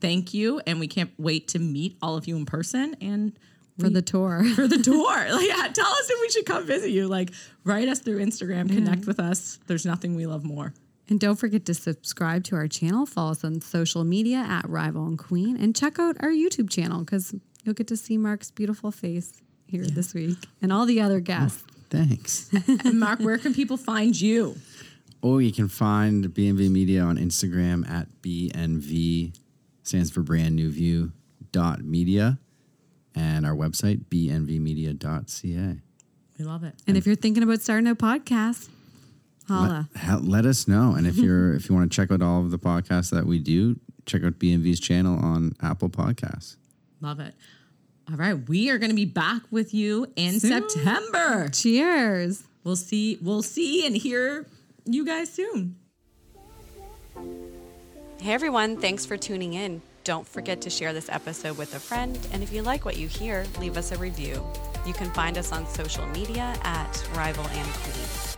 [SPEAKER 2] Thank you, and we can't wait to meet all of you in person. And
[SPEAKER 1] For the tour. *laughs*
[SPEAKER 2] for *laughs* the tour. Like, yeah, tell us if we should come visit you. Like, write us through Instagram, connect with us. There's nothing we love more.
[SPEAKER 1] And don't forget to subscribe to our channel, follow us on social media at Rival and Queen, and check out our YouTube channel because you'll get to see Mark's beautiful face here this week and all the other guests.
[SPEAKER 3] Thanks.
[SPEAKER 2] *laughs* And *laughs* Mark, where can people find you?
[SPEAKER 3] Or you can find BNV Media on Instagram at BNV, stands for Brand New View dot media, and our website bnvmedia.ca.
[SPEAKER 2] We love it.
[SPEAKER 1] And if you're thinking about starting a podcast, holla.
[SPEAKER 3] Let, let us know, and if you're *laughs* if you want to check out all of the podcasts that we do, check out BNV's channel on Apple Podcasts.
[SPEAKER 2] Love it. All right, we are going to be back with you in September.
[SPEAKER 1] Cheers.
[SPEAKER 2] We'll see. We'll see and hear you guys soon.
[SPEAKER 4] Hey everyone, thanks for tuning in. Don't forget to share this episode with a friend, and if you like what you hear, leave us a review. You can find us on social media at Rival and Queen.